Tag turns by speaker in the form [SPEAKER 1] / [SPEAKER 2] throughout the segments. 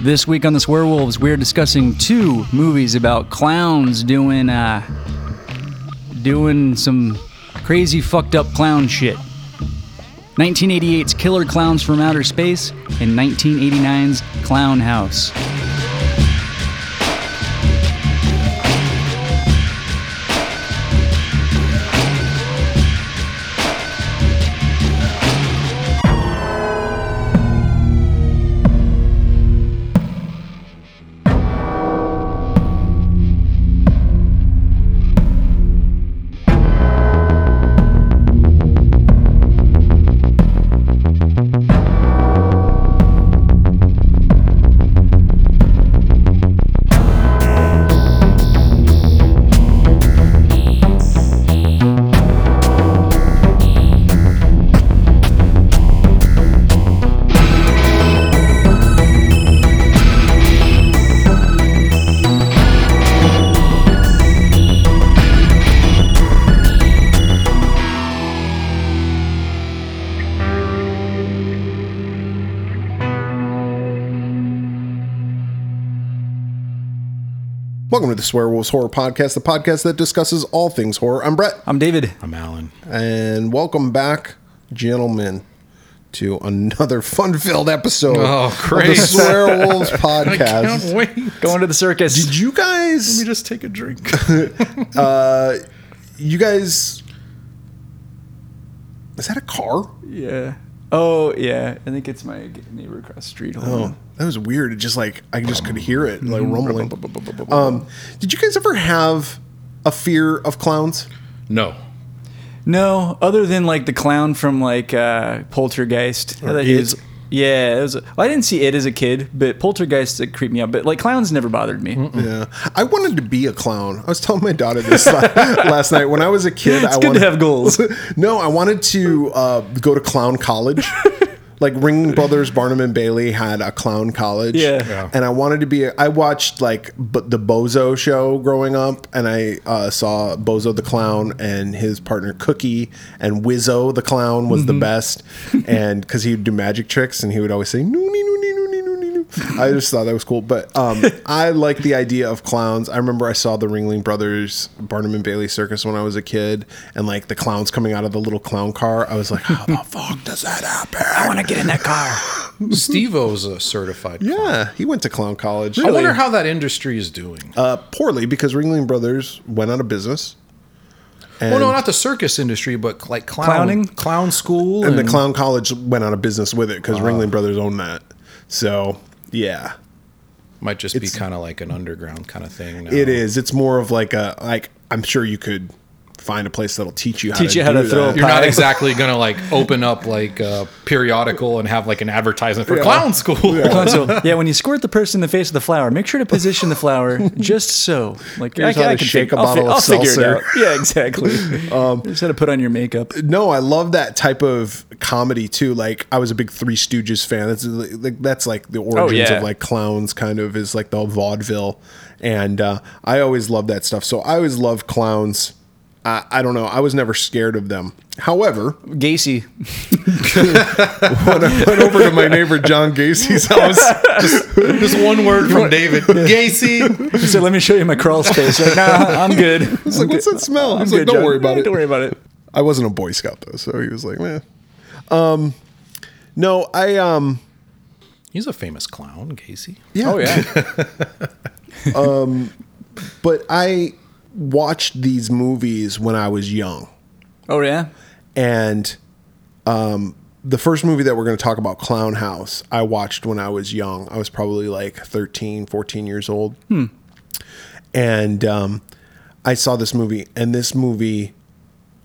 [SPEAKER 1] This week on the Swearwolves, we're discussing two movies about clowns doing uh doing some crazy fucked up clown shit. 1988's Killer Clowns from Outer Space and 1989's Clown House.
[SPEAKER 2] Welcome to the Swear Wolves Horror Podcast, the podcast that discusses all things horror. I'm Brett,
[SPEAKER 1] I'm David.
[SPEAKER 3] I'm Alan.
[SPEAKER 2] and welcome back, gentlemen, to another fun-filled episode
[SPEAKER 3] Oh,
[SPEAKER 2] of the
[SPEAKER 3] Christ.
[SPEAKER 2] Swear Wolves
[SPEAKER 3] I can't
[SPEAKER 2] Podcast.
[SPEAKER 3] wait.
[SPEAKER 1] Going to the circus.
[SPEAKER 2] Did you
[SPEAKER 3] Let me
[SPEAKER 2] guys,
[SPEAKER 3] just take a drink.
[SPEAKER 2] you guys, is that a car?
[SPEAKER 1] yeah. Oh yeah. I think it's my neighbor across the street. Hold
[SPEAKER 2] Oh, that was weird. It just like I just could hear it like
[SPEAKER 1] Mm-hmm.
[SPEAKER 2] rumbling. Um, did you guys ever have a fear of clowns?
[SPEAKER 3] No.
[SPEAKER 1] No, other than like the clown from like uh, Poltergeist. I thought he
[SPEAKER 2] It.
[SPEAKER 1] was- yeah, it was, well, I didn't see it as a kid, but Poltergeist it creeped me out. But like clowns never bothered me.
[SPEAKER 2] Yeah, I wanted to be a clown. I was telling my daughter this la- last night. When I was a kid,
[SPEAKER 1] It's
[SPEAKER 2] I
[SPEAKER 1] good
[SPEAKER 2] wanted
[SPEAKER 1] to have goals.
[SPEAKER 2] no, I wanted to uh, go to clown college. like Ring Brothers, Barnum and Bailey had a clown college.
[SPEAKER 1] Yeah. Yeah.
[SPEAKER 2] and I wanted to be. A, I watched like b- the Bozo show growing up, and I uh, saw Bozo the clown and his partner Cookie and Wizzo the clown was the best, and because he would do magic tricks and he would always say noonie noonie noonie noonie noonie. I just thought that was cool, but um, I like the idea of clowns. I remember I saw the Ringling Brothers Barnum and Bailey Circus when I was a kid, and like the clowns coming out of the little clown car. I was like, how the fuck does that happen?
[SPEAKER 1] I want to get in that car.
[SPEAKER 3] Steve O's a certified. clown.
[SPEAKER 2] Yeah, he went to clown college.
[SPEAKER 3] I wonder how that industry is doing.
[SPEAKER 2] uh, poorly because Ringling Brothers went out of business. And,
[SPEAKER 3] well, no, not the circus industry, but like clown,
[SPEAKER 1] Clowning?
[SPEAKER 3] clown school,
[SPEAKER 2] and the
[SPEAKER 1] Mm-hmm.
[SPEAKER 2] clown college went out of business with it because Ringling Brothers owned that. So yeah,
[SPEAKER 3] might just be kind of like an underground kind of thing. Now.
[SPEAKER 2] it is. It's more of like a like I'm sure you could find a place that'll teach you how
[SPEAKER 1] Teach
[SPEAKER 2] to
[SPEAKER 1] you how
[SPEAKER 2] do
[SPEAKER 1] to throw
[SPEAKER 2] that.
[SPEAKER 1] a
[SPEAKER 3] You're not
[SPEAKER 1] Pie.
[SPEAKER 3] exactly gonna like open up like a periodical and have like an advertisement for clown school.
[SPEAKER 1] Clown- so, yeah, when you squirt the person in the face with the flower, make sure to position the flower just so. Like
[SPEAKER 2] Here's how to shake a
[SPEAKER 1] I'll
[SPEAKER 2] bottle of
[SPEAKER 1] I'll figure it
[SPEAKER 2] seltzer. Um,
[SPEAKER 1] out. Yeah, exactly. just had to put on your makeup.
[SPEAKER 2] no, I love that type of comedy too. Like I was a big Three Stooges fan. That's like that's like the origins
[SPEAKER 1] Oh, yeah.
[SPEAKER 2] of like clowns, kind of is like the vaudeville, and uh, I always love that stuff. So I always love clowns. I, I don't know. I was never scared of them. However,
[SPEAKER 1] Gacy.
[SPEAKER 2] when I went over to my neighbor John Gacy's house,
[SPEAKER 3] Just one word from David Gacy.
[SPEAKER 1] He said, "Let me show you my crawl space." Like, nah, I'm good.
[SPEAKER 2] I was like, "What's that smell?" He's like,
[SPEAKER 1] Good
[SPEAKER 2] "Don't
[SPEAKER 1] job.
[SPEAKER 2] worry about
[SPEAKER 1] Yeah,
[SPEAKER 2] it."
[SPEAKER 1] Don't worry about it.
[SPEAKER 2] I wasn't a Boy Scout though, so he was like, "Man." Um, no, I um,
[SPEAKER 3] He's a famous clown, Gacy.
[SPEAKER 2] yeah.
[SPEAKER 1] Oh yeah.
[SPEAKER 2] but I watched these movies when I was young.
[SPEAKER 1] Oh yeah.
[SPEAKER 2] And um, the first movie that we're going to talk about, Clown House, I watched when I was young. I was probably like 13, 14 years old. And um, I saw this movie. And this movie,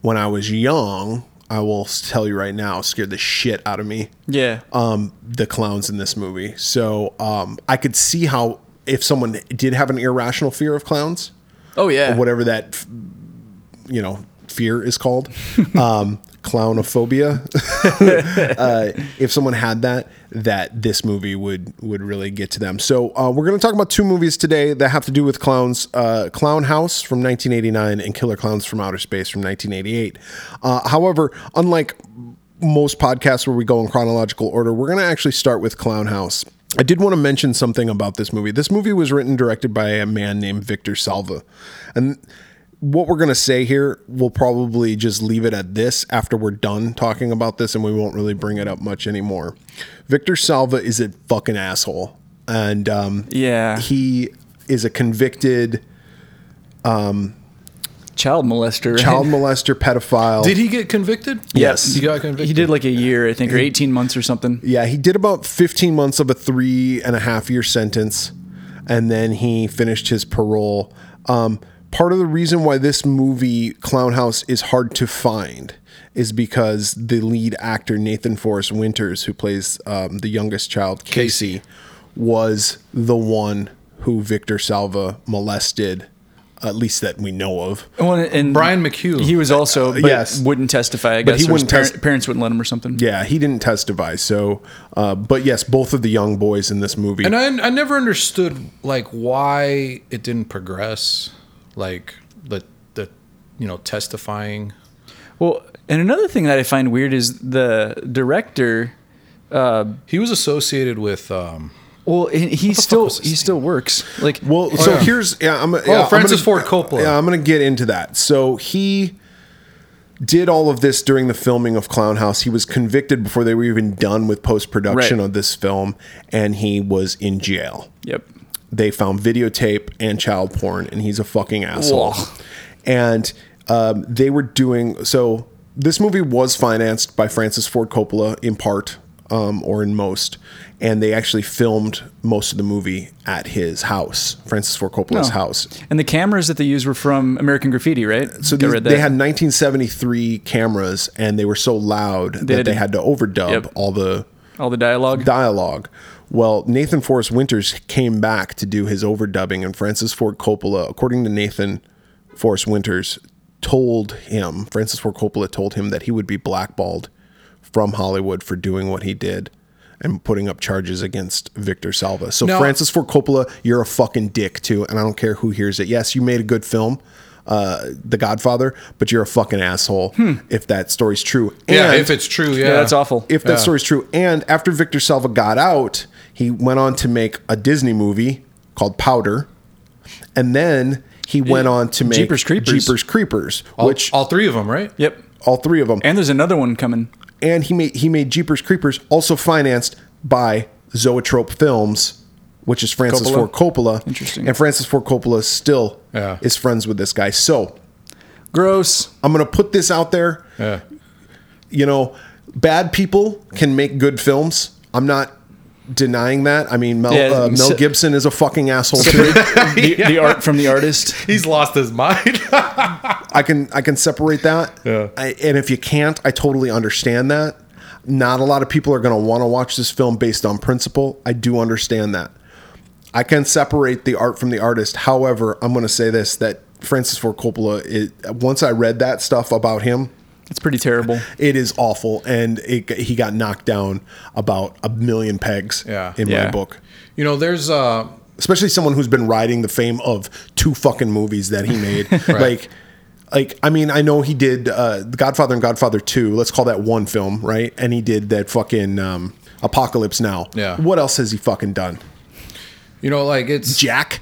[SPEAKER 2] when I was young, I will tell you right now, scared the shit out of me
[SPEAKER 1] Yeah.
[SPEAKER 2] um, the clowns in this movie. So um, I could see how if someone did have an irrational fear of clowns,
[SPEAKER 1] oh yeah.
[SPEAKER 2] whatever that f- you know fear is called um clownophobia uh, if someone had that that this movie would would really get to them so uh, we're going to talk about two movies today that have to do with clowns uh, clown house from 1989 and killer clowns from outer space from 1988 uh, however unlike most podcasts where we go in chronological order we're going to actually start with clown house I did want to mention something about this movie. This movie was written and directed by a man named Victor Salva. And what we're going to say here, we'll probably just leave it at this after we're done talking about this and we won't really bring it up much anymore. Victor Salva is a fucking asshole. And um,
[SPEAKER 1] Yeah.
[SPEAKER 2] he is a convicted
[SPEAKER 1] Child molester. right?
[SPEAKER 2] child molester pedophile.
[SPEAKER 3] Did he get convicted?
[SPEAKER 2] Yes.
[SPEAKER 3] He got convicted.
[SPEAKER 1] He did like a year, I think, or 18 months or something.
[SPEAKER 2] Yeah, he did about 15 months of a three and a half year sentence, and then he finished his parole. Um, part of the reason why this movie, Clown House, is hard to find is because the lead actor, Nathan Forrest Winters, who plays um, the youngest child, Casey, was the one who Victor Salva molested, at least that we know of.
[SPEAKER 1] Well, and
[SPEAKER 3] Brian McHugh.
[SPEAKER 1] He was also, but
[SPEAKER 2] Uh, yes.
[SPEAKER 1] wouldn't testify. I guess
[SPEAKER 2] But he
[SPEAKER 1] or his
[SPEAKER 2] wouldn't
[SPEAKER 1] parent-
[SPEAKER 2] test-
[SPEAKER 1] parents wouldn't let him or something.
[SPEAKER 2] Yeah, he didn't testify. So, uh, but yes, both of the young boys in this movie.
[SPEAKER 3] And I, I never understood like why it didn't progress, like the the you know testifying.
[SPEAKER 1] Well, and another thing that I find weird is the director.
[SPEAKER 3] He was associated with um,
[SPEAKER 1] Well, he, he still
[SPEAKER 3] was his
[SPEAKER 1] he still works. Like,
[SPEAKER 2] Well, so
[SPEAKER 3] Oh, yeah. Oh,
[SPEAKER 2] here's yeah, I'm yeah, I'm gonna-
[SPEAKER 3] Francis Ford Coppola.
[SPEAKER 2] Yeah, I'm going to get into that. So he did all of this during the filming of Clown House. He was convicted before they were even done with post production
[SPEAKER 1] Right.
[SPEAKER 2] of this film, and he was in jail.
[SPEAKER 1] yep.
[SPEAKER 2] They found videotape and child porn, and he's a fucking asshole.
[SPEAKER 1] Woah.
[SPEAKER 2] And um, they were doing so. This movie was financed by Francis Ford Coppola in part, um, or in most, and they actually filmed most of the movie at his house, Francis Ford Coppola's
[SPEAKER 1] Oh.
[SPEAKER 2] house.
[SPEAKER 1] And the cameras that they used were from American Graffiti, right?
[SPEAKER 2] So
[SPEAKER 1] I
[SPEAKER 2] these,
[SPEAKER 1] read
[SPEAKER 2] they
[SPEAKER 1] that.
[SPEAKER 2] had 1973 cameras, and they were so loud that
[SPEAKER 1] had
[SPEAKER 2] they
[SPEAKER 1] to-
[SPEAKER 2] had to overdub
[SPEAKER 1] Yep.
[SPEAKER 2] all the
[SPEAKER 1] all the dialogue.
[SPEAKER 2] dialogue. Well, Nathan Forrest Winters came back to do his overdubbing, and Francis Ford Coppola, according to Nathan Forrest Winters, told him Francis Ford Coppola told him that he would be blackballed from Hollywood for doing what he did and putting up charges against Victor Salva. So
[SPEAKER 3] Now-
[SPEAKER 2] Francis Ford Coppola, you're a fucking dick too, and I don't care who hears it. Yes, you made a good film. Uh, the Godfather, but you're a fucking asshole if that story's true.
[SPEAKER 3] yeah,
[SPEAKER 2] And-
[SPEAKER 3] if it's true, yeah,
[SPEAKER 1] yeah. that's awful.
[SPEAKER 2] if that story's true. And after Victor Salva got out, he went on to make a Disney movie called Powder, and then he went on to make
[SPEAKER 1] Jeepers Creepers.
[SPEAKER 2] Jeepers Creepers,
[SPEAKER 3] All-
[SPEAKER 2] which all,
[SPEAKER 3] all three of them, right?
[SPEAKER 1] yep.
[SPEAKER 2] three of them. And,
[SPEAKER 1] And there's another one coming.
[SPEAKER 2] he made he made Jeepers Creepers, also financed by Zoetrope Films, which is Francis
[SPEAKER 1] Coppola?
[SPEAKER 2] Ford Coppola.
[SPEAKER 1] Interesting.
[SPEAKER 2] And Francis Ford Coppola still
[SPEAKER 3] Yeah.
[SPEAKER 2] is friends with this guy. So
[SPEAKER 1] Gross.
[SPEAKER 2] I'm going to put this out there.
[SPEAKER 3] Yeah.
[SPEAKER 2] you know, bad people can make good films. I'm not denying that. I mean, Mel,
[SPEAKER 1] Yeah,
[SPEAKER 2] uh, Mel
[SPEAKER 1] so-
[SPEAKER 2] Gibson is a fucking asshole too.
[SPEAKER 1] The, the art from the artist.
[SPEAKER 3] He's lost his mind.
[SPEAKER 2] I can I can separate that.
[SPEAKER 3] Yeah.
[SPEAKER 2] I, and if you can't, I totally understand that. Not a lot of people are going to want to watch this film based on principle. I do understand that. I can separate the art from the artist. However, I'm going to say this that Francis Ford Coppola, it, once I read that stuff about him,
[SPEAKER 1] It's pretty terrible.
[SPEAKER 2] it is awful. And it, he got knocked down about a million pegs
[SPEAKER 3] Yeah.
[SPEAKER 2] in my
[SPEAKER 1] Yeah.
[SPEAKER 2] book.
[SPEAKER 3] you know, there's uh,
[SPEAKER 2] especially someone who's been riding the fame of two fucking movies that he made. Like, like I mean, I know he did uh, The Godfather and Godfather Two. Let's call that one film, right? And he did that fucking um, Apocalypse Now.
[SPEAKER 3] Yeah.
[SPEAKER 2] What else has he fucking done?
[SPEAKER 3] you know, like it's
[SPEAKER 2] Jack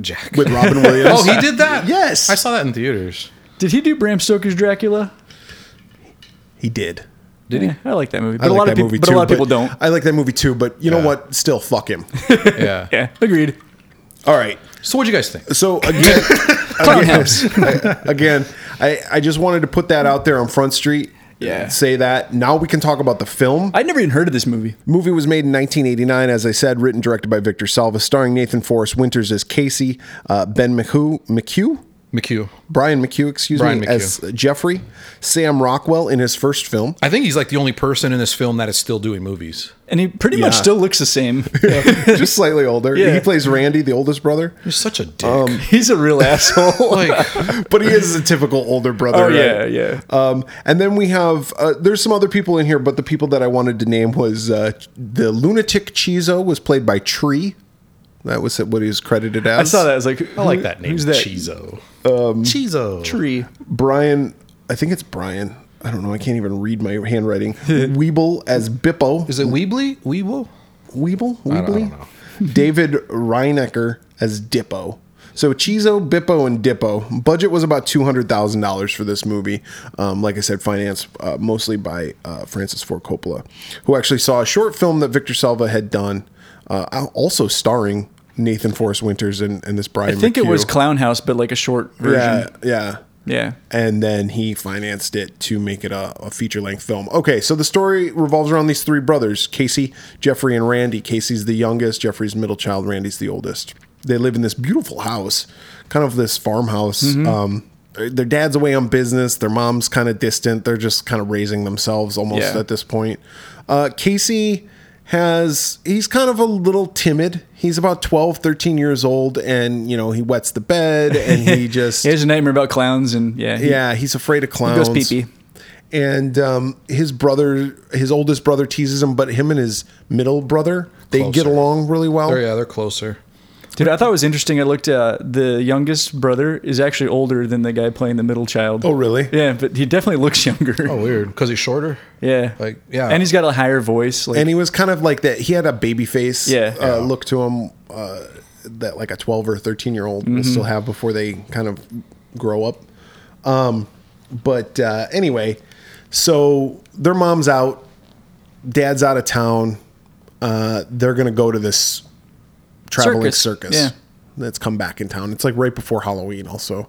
[SPEAKER 3] Jack.
[SPEAKER 2] with Robin Williams.
[SPEAKER 3] oh, he did that.
[SPEAKER 2] Yes.
[SPEAKER 3] I saw that in theaters.
[SPEAKER 1] Did he do Bram Stoker's Dracula?
[SPEAKER 2] he did.
[SPEAKER 1] Did he? I like that movie. But
[SPEAKER 2] I
[SPEAKER 1] a
[SPEAKER 2] like
[SPEAKER 1] lot
[SPEAKER 2] that
[SPEAKER 1] of people,
[SPEAKER 2] movie
[SPEAKER 1] but
[SPEAKER 2] too.
[SPEAKER 1] a lot of people don't.
[SPEAKER 2] I like that movie too, but you know
[SPEAKER 3] Yeah.
[SPEAKER 2] what? Still, fuck him.
[SPEAKER 3] Yeah.
[SPEAKER 1] yeah, agreed.
[SPEAKER 2] All right.
[SPEAKER 3] So what do you guys think?
[SPEAKER 2] So again,
[SPEAKER 1] Clown House.
[SPEAKER 2] again, I, I just wanted to put that out there on Front Street.
[SPEAKER 1] Yeah.
[SPEAKER 2] Say that. Now we can talk about the film.
[SPEAKER 1] I'd never even heard of this movie.
[SPEAKER 2] Movie was made in 1989, as I said, written and directed by Victor Salva, starring Nathan Forrest Winters as Casey, uh, Ben McHugh, McHugh,
[SPEAKER 3] McHugh.
[SPEAKER 2] Brian McHugh, excuse
[SPEAKER 3] Brian
[SPEAKER 2] me,
[SPEAKER 3] McHugh.
[SPEAKER 2] as Jeffrey, Sam Rockwell in his first film.
[SPEAKER 3] I think he's like the only person in this film that is still doing movies.
[SPEAKER 1] And he pretty much
[SPEAKER 2] Yeah.
[SPEAKER 1] still looks the same.
[SPEAKER 2] Just slightly older.
[SPEAKER 1] Yeah.
[SPEAKER 2] He plays Randy, the oldest brother,
[SPEAKER 3] You're such a dick.
[SPEAKER 1] He's a real asshole.
[SPEAKER 3] like
[SPEAKER 2] but he is a typical older brother.
[SPEAKER 1] Oh
[SPEAKER 2] right?
[SPEAKER 1] yeah, yeah.
[SPEAKER 2] Um, and then we have uh, there's some other people in here, but the people that I wanted to name was uh, the lunatic Chizo was played by Tree. That was what he was credited as.
[SPEAKER 1] I saw that. I was like,
[SPEAKER 3] I like that name.
[SPEAKER 1] Who's that?
[SPEAKER 3] Chizo. Chizo.
[SPEAKER 1] Tree.
[SPEAKER 2] Brian, I think it's Brian. I don't know. I can't even read my handwriting. Weeble as Bippo.
[SPEAKER 3] Is it Weebly? Weeble?
[SPEAKER 2] Weeble?
[SPEAKER 3] I don't
[SPEAKER 2] Weebly?
[SPEAKER 3] know.
[SPEAKER 2] David Reinecker as Dippo. So Chizo, Bippo, and Dippo. Budget was about two hundred thousand dollars for this movie. Um, like I said, financed uh, mostly by uh, Francis Ford Coppola, who actually saw a short film that Victor Salva had done, uh, al- also starring Nathan Forrest Winters and, and this Brian.
[SPEAKER 1] I think it was
[SPEAKER 2] McHugh.
[SPEAKER 1] Clown House, but like a short version.
[SPEAKER 2] yeah, yeah
[SPEAKER 1] Yeah.
[SPEAKER 2] and then he financed it to make it a, a feature length film. Okay, so the story revolves around these three brothers Casey, Jeffrey, and Randy. Casey's the youngest, Jeffrey's middle child, Randy's the oldest. They live in this beautiful house, kind of this farmhouse. Um, their dad's away on business, their mom's kind of distant. They're just kind of raising themselves almost
[SPEAKER 1] Yeah.
[SPEAKER 2] at this point. Uh, Casey has he's kind of a little timid he's about 12 13 years old and you know he wets the bed and he just
[SPEAKER 1] He has a nightmare about clowns and yeah. he
[SPEAKER 2] yeah, he's afraid of clowns.
[SPEAKER 1] goes pee pee.
[SPEAKER 2] And um, his brother, his oldest brother, teases him, but him and his middle brother, they get
[SPEAKER 3] Closer.
[SPEAKER 2] along really well.
[SPEAKER 3] Oh yeah, they're closer.
[SPEAKER 1] Dude, I thought it was interesting. I looked uh the youngest brother is actually older than the guy playing the middle child.
[SPEAKER 2] Oh, really?
[SPEAKER 1] Yeah, but he definitely looks younger.
[SPEAKER 3] Oh weird, because he's shorter.
[SPEAKER 1] yeah.
[SPEAKER 3] Like, yeah.
[SPEAKER 1] And he's got a higher voice. Like,
[SPEAKER 2] And he was kind of like that. He had a baby face
[SPEAKER 1] Yeah.
[SPEAKER 2] uh, look to him uh, that like a 12 or 13 year old
[SPEAKER 1] Mm-hmm.
[SPEAKER 2] will still have before they kind of grow up. Um, but uh, anyway, so their mom's out, dad's out of town. Uh, they're going to go to this traveling
[SPEAKER 1] Circus.
[SPEAKER 2] circus,
[SPEAKER 1] Yeah.
[SPEAKER 2] that's come back in town. It's like right before Halloween, also,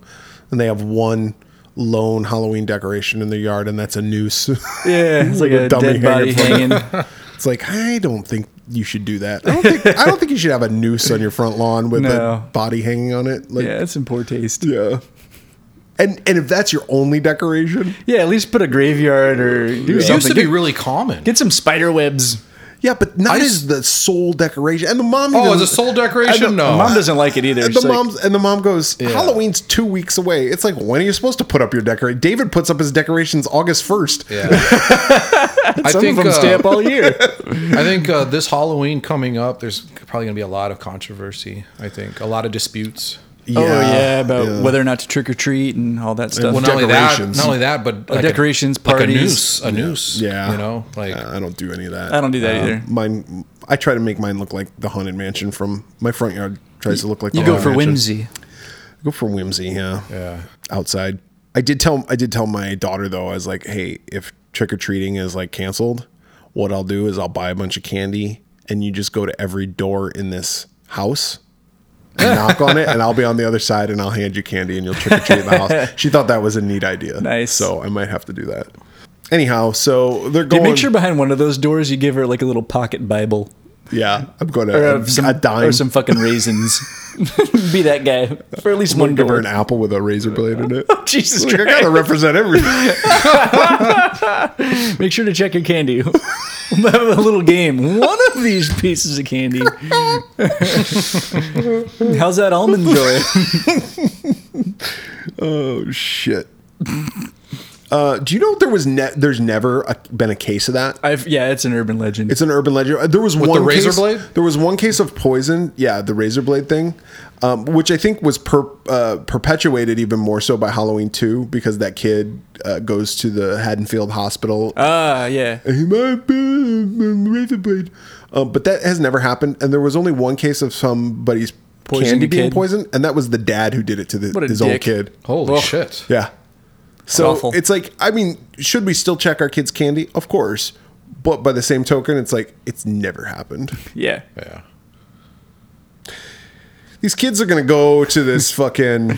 [SPEAKER 2] and they have one lone Halloween decoration in their yard, and that's a noose.
[SPEAKER 1] yeah, it's like
[SPEAKER 2] With a
[SPEAKER 1] a
[SPEAKER 2] dummy
[SPEAKER 1] dead body
[SPEAKER 2] hanging
[SPEAKER 1] hanging.
[SPEAKER 2] it's like I don't think you should do that. I don't think I don't think you should have a noose on your front lawn with
[SPEAKER 1] No.
[SPEAKER 2] a body hanging on it. Like,
[SPEAKER 1] yeah, it's in poor taste.
[SPEAKER 2] yeah. And and if that's your only decoration,
[SPEAKER 1] Yeah, at least put a graveyard or do
[SPEAKER 3] it
[SPEAKER 1] something.
[SPEAKER 3] used to be
[SPEAKER 1] get,
[SPEAKER 3] really common.
[SPEAKER 1] get some spider webs.
[SPEAKER 2] yeah, but not
[SPEAKER 3] I
[SPEAKER 2] as the sole decoration. And the mom.
[SPEAKER 3] oh,
[SPEAKER 2] even-
[SPEAKER 3] as a soul decoration?
[SPEAKER 2] And the-
[SPEAKER 3] No.
[SPEAKER 1] Mom doesn't like it either.
[SPEAKER 2] And the
[SPEAKER 1] She's like,
[SPEAKER 2] mom's and the mom goes. Halloween's two weeks away. It's like when are you supposed to put up your decorate? David puts up his decorations August first.
[SPEAKER 3] yeah. I
[SPEAKER 1] some
[SPEAKER 3] think
[SPEAKER 1] of them stay
[SPEAKER 3] uh,
[SPEAKER 1] up all year.
[SPEAKER 3] I think uh, this Halloween coming up, there's probably going to be a lot of controversy. I think a lot of disputes.
[SPEAKER 1] oh yeah, about whether or not to trick or treat and all that stuff.
[SPEAKER 3] Well, not only that,
[SPEAKER 2] Decorations.
[SPEAKER 3] not only that, but like
[SPEAKER 1] decorations,
[SPEAKER 3] a, like a
[SPEAKER 1] parties.
[SPEAKER 3] noose, a noose.
[SPEAKER 2] Yeah.
[SPEAKER 3] you know, like
[SPEAKER 2] Uh, I don't do any of that.
[SPEAKER 1] I don't do that
[SPEAKER 2] Uh,
[SPEAKER 1] either.
[SPEAKER 2] Mine, I try to make mine look like the haunted mansion from my front yard. Tries to look like
[SPEAKER 1] You
[SPEAKER 2] the
[SPEAKER 1] go
[SPEAKER 3] Oh,
[SPEAKER 2] Haunted
[SPEAKER 1] for
[SPEAKER 2] Mansion.
[SPEAKER 1] whimsy.
[SPEAKER 2] Go for whimsy, yeah.
[SPEAKER 3] Yeah.
[SPEAKER 2] Outside, I did tell I did tell my daughter though. I was like, hey, if trick or treating is like canceled, what I'll do is I'll buy a bunch of candy, and you just go to every door in this house. and knock on it, and I'll be on the other side, and I'll hand you candy, and you'll trick or treat in the house. She thought that was a neat idea.
[SPEAKER 1] Nice.
[SPEAKER 2] So I might have to do that. Anyhow, so they're
[SPEAKER 1] Dude,
[SPEAKER 2] going.
[SPEAKER 1] make sure behind one of those doors you give her like a little pocket Bible
[SPEAKER 2] Yeah, I'm going to
[SPEAKER 1] or
[SPEAKER 2] a,
[SPEAKER 1] uh, some
[SPEAKER 2] a dime.
[SPEAKER 1] or some fucking raisins. Be that guy for at least
[SPEAKER 2] I'm
[SPEAKER 1] one
[SPEAKER 2] gonna give her
[SPEAKER 1] door.
[SPEAKER 2] an apple with a razor blade in it.
[SPEAKER 1] Jesus
[SPEAKER 2] Like, I
[SPEAKER 1] Christ.
[SPEAKER 2] gotta represent everything.
[SPEAKER 1] Make sure to check your candy. we'll have a little game. One of these pieces of candy. How's that almond joy?
[SPEAKER 2] oh shit. Uh, do you know there was ne- there's never a, been a case of that?
[SPEAKER 1] I've, yeah, it's an urban legend.
[SPEAKER 2] It's an urban legend. Uh, There was one
[SPEAKER 3] the razor
[SPEAKER 2] case-
[SPEAKER 3] blade?
[SPEAKER 2] There was one case of poison. Yeah, the razor blade thing, um, which I think was per, uh, perpetuated even more so by Halloween two because that kid uh, goes to the Haddonfield Hospital
[SPEAKER 1] Ah, yeah.
[SPEAKER 2] he might be a razor blade. Um, but that has never happened. And there was only one case of somebody's
[SPEAKER 1] Poisoning
[SPEAKER 2] candy
[SPEAKER 1] a
[SPEAKER 2] being
[SPEAKER 1] kid.
[SPEAKER 2] poisoned, and that was the dad who did it to the,
[SPEAKER 1] What a
[SPEAKER 2] his old
[SPEAKER 1] dick.
[SPEAKER 2] kid.
[SPEAKER 3] holy
[SPEAKER 1] Well,
[SPEAKER 3] shit.
[SPEAKER 2] Yeah. So
[SPEAKER 1] Awful.
[SPEAKER 2] it's like, I mean, should we still check our kids' candy? Of course. But by the same token, it's like, it's never happened.
[SPEAKER 1] Yeah.
[SPEAKER 3] Yeah,
[SPEAKER 2] These kids are going to go to this fucking.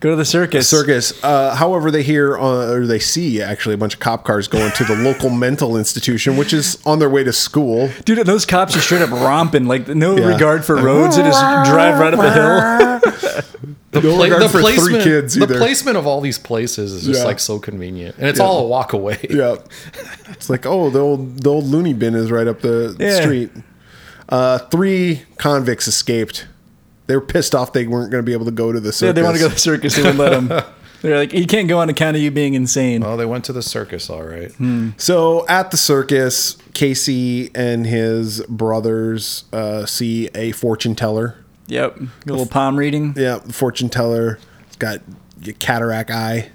[SPEAKER 1] Go to the circus.
[SPEAKER 2] circus. Uh, however, they hear uh, or they see actually a bunch of cop cars going to the local mental institution, which is on their way to school.
[SPEAKER 1] Dude, and those cops are straight up romping, like no
[SPEAKER 2] Yeah.
[SPEAKER 1] regard for roads. They just drive right up the hill.
[SPEAKER 3] the,
[SPEAKER 2] No regard for three kids
[SPEAKER 3] the
[SPEAKER 2] either.
[SPEAKER 3] placement of all these places is just
[SPEAKER 2] Yeah.
[SPEAKER 3] like so convenient, and it's all a walk away.
[SPEAKER 2] Yeah. It's like, oh, the old the old loony bin is right up the
[SPEAKER 1] Yeah.
[SPEAKER 2] street. Uh, three convicts escaped. They were pissed off they weren't going to be able to go to the circus.
[SPEAKER 1] Yeah, they want to go to the circus. They wouldn't let them. They're like, you can't go on account of you being insane.
[SPEAKER 3] Oh, they went to the circus, all right.
[SPEAKER 2] So at the circus, Casey and his brothers uh, see a fortune teller.
[SPEAKER 1] Yep. A little palm reading.
[SPEAKER 2] Yeah, the fortune teller. It's got a cataract eye.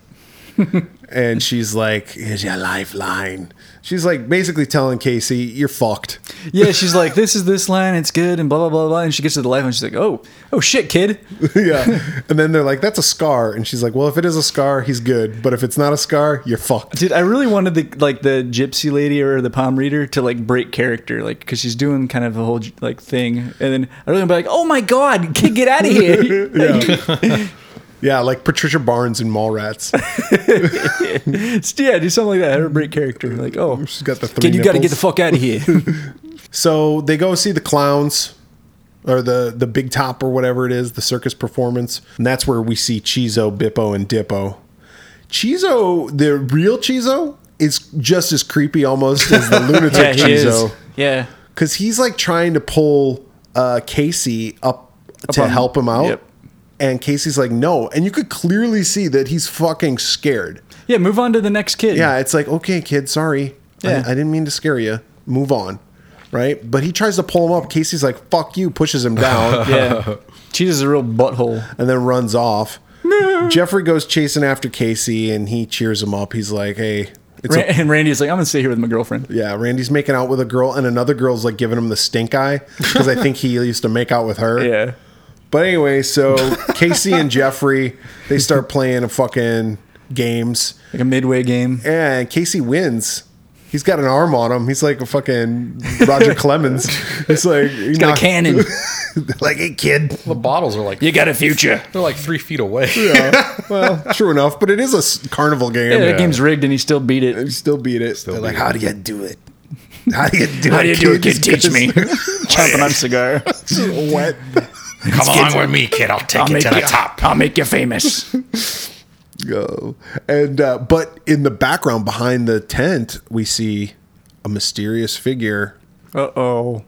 [SPEAKER 2] and she's like, "Here's your lifeline." She's like basically telling Casey, "You're fucked."
[SPEAKER 1] Yeah, she's like, this is this line, it's good, and blah blah blah blah. And she gets to the life, and she's like, oh, oh shit, kid.
[SPEAKER 2] yeah. And then they're like, "That's a scar," and she's like, "Well, if it is a scar, he's good. But if it's not a scar, you're fucked."
[SPEAKER 1] Dude, I really wanted the like the gypsy lady or the palm reader to like break character, like because she's doing kind of a whole like thing, and then I really want to be like, oh my god, kid, get out of here.
[SPEAKER 2] Yeah, like Patricia Barnes in Mallrats.
[SPEAKER 1] yeah, do something like that. Have her break character, like, oh,
[SPEAKER 2] She's got the three.
[SPEAKER 1] kid, you got to
[SPEAKER 2] nipples.
[SPEAKER 1] get the fuck out of here.
[SPEAKER 2] So they go see the clowns or the the big top or whatever it is, the circus performance. And that's where we see Chizo, Bippo, and Dippo. Chizo, the real Chizo, is just as creepy almost as the
[SPEAKER 1] yeah,
[SPEAKER 2] lunatic
[SPEAKER 1] he
[SPEAKER 2] Chizo.
[SPEAKER 1] is. Yeah,
[SPEAKER 2] Because he's like trying to pull uh, Casey up, to
[SPEAKER 1] on-
[SPEAKER 2] help him out.
[SPEAKER 1] yep.
[SPEAKER 2] And Casey's like, no. And you could clearly see that he's fucking scared.
[SPEAKER 1] yeah. Move on to the next kid.
[SPEAKER 2] Yeah, it's like, okay, kid, sorry. I-
[SPEAKER 1] Yeah.
[SPEAKER 2] I, didn't mean to scare you. Move on. Right? But he tries to pull him up. Casey's like, fuck you, pushes him down,
[SPEAKER 1] yeah. Cheese is a real butthole.
[SPEAKER 2] and then runs off. Jeffrey goes chasing after Casey and he cheers him up. He's like, hey, it's
[SPEAKER 1] Ra-
[SPEAKER 2] a
[SPEAKER 1] and Randy's like, I'm gonna stay here with my girlfriend.
[SPEAKER 2] yeah, Randy's making out with a girl, and another girl's like giving him the stink eye because I think he used to make out with her.
[SPEAKER 1] Yeah.
[SPEAKER 2] But anyway, so Casey and Jeffrey, they start playing a fucking games.
[SPEAKER 1] Like a midway game.
[SPEAKER 2] and Casey wins. He's got an arm on him. He's like a fucking Roger Clemens. He's like, he's
[SPEAKER 1] Got a cannon.
[SPEAKER 2] like, hey, kid.
[SPEAKER 3] The bottles are like
[SPEAKER 1] you got a future.
[SPEAKER 3] they're like three feet away.
[SPEAKER 2] Uh, Well, true enough, but it is a s- carnival game.
[SPEAKER 1] Yeah, that game's rigged and he still beat it.
[SPEAKER 2] You still beat it. They're like, how do you do it? How do you do
[SPEAKER 1] How
[SPEAKER 2] it?
[SPEAKER 1] do you do it,
[SPEAKER 2] kids?
[SPEAKER 1] kid? Teach me. Chomping on a cigar.
[SPEAKER 2] Wet.
[SPEAKER 3] Come along with me, kid. I'll take
[SPEAKER 1] I'll
[SPEAKER 3] you
[SPEAKER 1] make
[SPEAKER 3] to
[SPEAKER 1] you,
[SPEAKER 3] the top.
[SPEAKER 1] I'll make you famous.
[SPEAKER 2] Go. And, uh, but in the background behind the tent, we see a mysterious figure
[SPEAKER 1] Uh oh.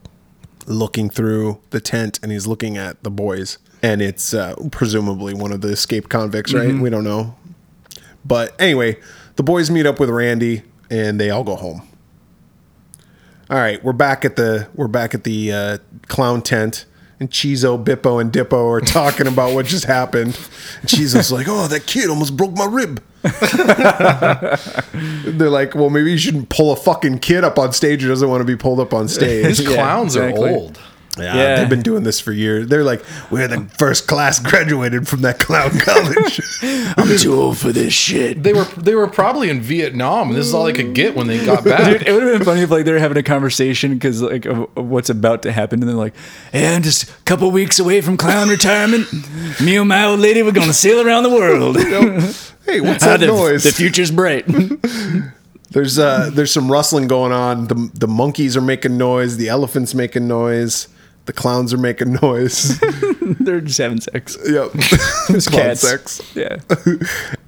[SPEAKER 2] looking through the tent and he's looking at the boys and it's uh, presumably one of the escaped convicts right we don't know but anyway the boys meet up with randy and they all go home all right we're back at the we're back at the uh, clown tent and Chizo, Bippo, and Dippo are talking about what just happened. And Chizo's like, "Oh, that kid almost broke my rib." They're like, "Well, maybe you shouldn't pull a fucking kid up on stage who doesn't want to be pulled up on stage."
[SPEAKER 3] These
[SPEAKER 1] Yeah,
[SPEAKER 3] clowns
[SPEAKER 1] exactly.
[SPEAKER 3] are old.
[SPEAKER 2] Yeah,
[SPEAKER 1] Yeah.
[SPEAKER 2] they've been doing this for years. They're like, we're the first class graduated from that clown college.
[SPEAKER 1] I'm too old for this shit.
[SPEAKER 3] They were they were probably in Vietnam. and This is all they could get when they got back.
[SPEAKER 1] Dude, it would have been funny if like they were having a conversation because like of, of what's about to happen, and they're like, "Yeah, I'm just a couple weeks away from clown retirement. Me and my old lady, we're gonna sail around the world.
[SPEAKER 2] hey, what's
[SPEAKER 1] Ah,
[SPEAKER 2] that
[SPEAKER 1] the,
[SPEAKER 2] noise?
[SPEAKER 1] the future's bright."
[SPEAKER 2] there's uh, there's some rustling going on. The the monkeys are making noise. The elephants making noise. The clowns are making noise.
[SPEAKER 1] they're just having sex.
[SPEAKER 2] yep, clown
[SPEAKER 1] Cats.
[SPEAKER 2] sex.
[SPEAKER 1] Yeah.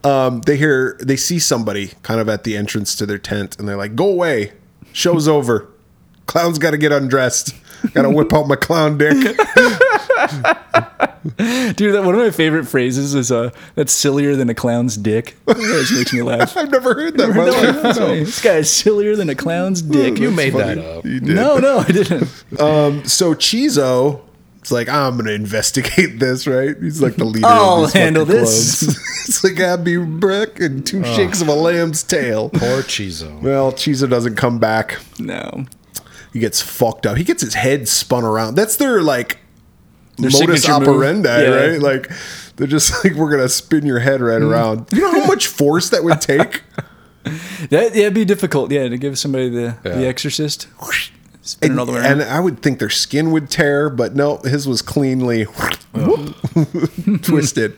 [SPEAKER 2] Um, they hear they see somebody kind of at the entrance to their tent, and they're like, "Go away! Show's over. Clown's got to get undressed. Got to whip out my clown dick."
[SPEAKER 1] Dude, that, one of my favorite phrases is uh, "That's sillier than a clown's dick." That always makes me laugh.
[SPEAKER 2] I've never heard that. in my life.
[SPEAKER 1] That's funny. This guy is sillier than a clown's dick.
[SPEAKER 3] you made that up.
[SPEAKER 1] no, no, I didn't.
[SPEAKER 2] So Chizo is like, I'm gonna investigate this, right? He's like the leader. of
[SPEAKER 1] I'll
[SPEAKER 2] these fucking
[SPEAKER 1] handle this.
[SPEAKER 2] clubs. it's like I'd be brick and two shakes of a lamb's tail.
[SPEAKER 3] Poor Chizo.
[SPEAKER 2] Well, Chizo doesn't come back.
[SPEAKER 1] No.
[SPEAKER 2] He gets fucked up. He gets his head spun around. That's their like modus
[SPEAKER 1] signature move.
[SPEAKER 2] operandi,
[SPEAKER 1] Yeah.
[SPEAKER 2] right? Like they're just like, we're gonna spin your head right
[SPEAKER 1] Mm.
[SPEAKER 2] around. You know how much force that would take?
[SPEAKER 1] That, yeah, it'd be difficult, yeah, to give somebody the, the
[SPEAKER 3] Yeah.
[SPEAKER 1] exorcist. Spin
[SPEAKER 2] And,
[SPEAKER 1] it all the way
[SPEAKER 2] and
[SPEAKER 1] around.
[SPEAKER 2] I would think their skin would tear, but no, his was cleanly whoop, twisted.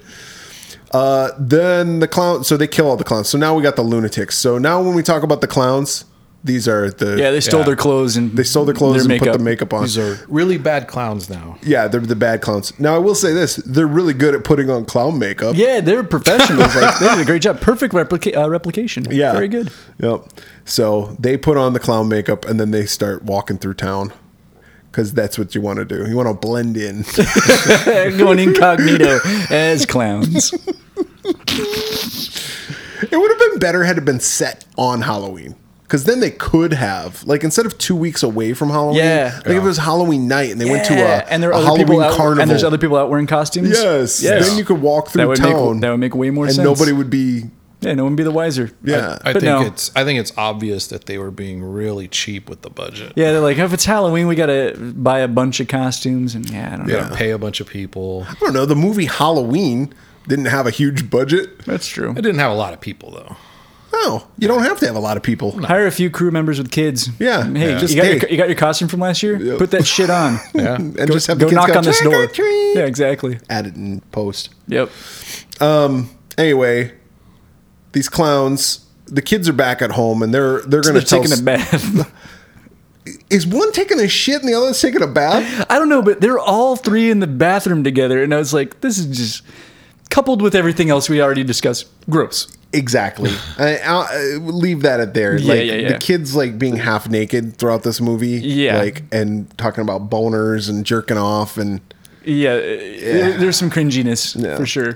[SPEAKER 2] Uh, then the clown, so they kill all the clowns. So now we got the lunatics. So now when we talk about the clowns, these are the
[SPEAKER 1] Yeah, they stole
[SPEAKER 3] Yeah.
[SPEAKER 1] their clothes and
[SPEAKER 2] they stole their clothes
[SPEAKER 1] their
[SPEAKER 2] and
[SPEAKER 1] makeup.
[SPEAKER 2] put the makeup on.
[SPEAKER 3] These are really bad clowns now.
[SPEAKER 2] yeah, they're the bad clowns. Now I will say this: they're really good at putting on clown makeup.
[SPEAKER 1] Yeah, they're professionals. like they did a great job. Perfect replica- uh, replication.
[SPEAKER 2] Yeah.
[SPEAKER 1] very good.
[SPEAKER 2] Yep. So they put on the clown makeup and then they start walking through town because that's what you want to do. You want to blend in.
[SPEAKER 1] Going incognito as clowns.
[SPEAKER 2] It would have been better had it been set on Halloween. Because then they could have, like, instead of two weeks away from Halloween,
[SPEAKER 1] Yeah.
[SPEAKER 2] like if it was Halloween night and they went to
[SPEAKER 1] Yeah,
[SPEAKER 2] a,
[SPEAKER 1] and there are
[SPEAKER 2] a
[SPEAKER 1] other
[SPEAKER 2] Halloween
[SPEAKER 1] people out,
[SPEAKER 2] carnival.
[SPEAKER 1] and there's other people out wearing costumes.
[SPEAKER 2] yes,
[SPEAKER 1] yes.
[SPEAKER 2] Then you could walk through
[SPEAKER 1] That would make-
[SPEAKER 2] town.
[SPEAKER 1] that would make way more
[SPEAKER 2] and
[SPEAKER 1] sense.
[SPEAKER 2] nobody would be
[SPEAKER 1] Yeah, no one be the wiser.
[SPEAKER 2] Yeah.
[SPEAKER 3] I, I
[SPEAKER 1] But
[SPEAKER 3] think
[SPEAKER 1] no.
[SPEAKER 3] it's I think it's obvious that they were being really cheap with the budget.
[SPEAKER 1] Yeah, they're like, "Oh, if it's Halloween, we gotta buy a bunch of costumes, and yeah, I don't
[SPEAKER 3] You
[SPEAKER 1] know.
[SPEAKER 3] gotta pay a bunch of people.
[SPEAKER 2] I don't know. The movie Halloween didn't have a huge budget.
[SPEAKER 1] That's true.
[SPEAKER 3] It didn't have a lot of people though.
[SPEAKER 2] No, you don't have to have a lot of people.
[SPEAKER 1] Hire a few crew members with kids.
[SPEAKER 2] Yeah.
[SPEAKER 1] Hey,
[SPEAKER 2] Yeah. Just-
[SPEAKER 1] you, got
[SPEAKER 2] hey.
[SPEAKER 1] Your, you got your costume from last year?
[SPEAKER 2] Yeah.
[SPEAKER 1] Put that shit on.
[SPEAKER 3] Yeah.
[SPEAKER 2] And just have
[SPEAKER 1] Go
[SPEAKER 2] the kids
[SPEAKER 1] knock
[SPEAKER 2] go,
[SPEAKER 1] on this
[SPEAKER 2] "Trick or
[SPEAKER 1] door.
[SPEAKER 2] treat."
[SPEAKER 1] Yeah, exactly.
[SPEAKER 2] Add it in post.
[SPEAKER 1] Yep.
[SPEAKER 2] Anyway, these clowns. The kids are back at home, and they're they're
[SPEAKER 1] So
[SPEAKER 2] going
[SPEAKER 1] they're
[SPEAKER 2] to tell.
[SPEAKER 1] taking a bath.
[SPEAKER 2] Is one taking a shit and the other's taking a bath?
[SPEAKER 1] I don't know, but they're all three in the bathroom together, and I was like, this is just coupled with everything else we already discussed. Gross.
[SPEAKER 2] Exactly. I, I'll, uh, leave that at there.
[SPEAKER 1] Yeah,
[SPEAKER 2] like
[SPEAKER 1] yeah,
[SPEAKER 2] the
[SPEAKER 1] yeah.
[SPEAKER 2] kids like being half naked throughout this movie.
[SPEAKER 1] Yeah.
[SPEAKER 2] Like and talking about boners and jerking off and
[SPEAKER 1] Yeah, uh, there- there's some cringiness for sure.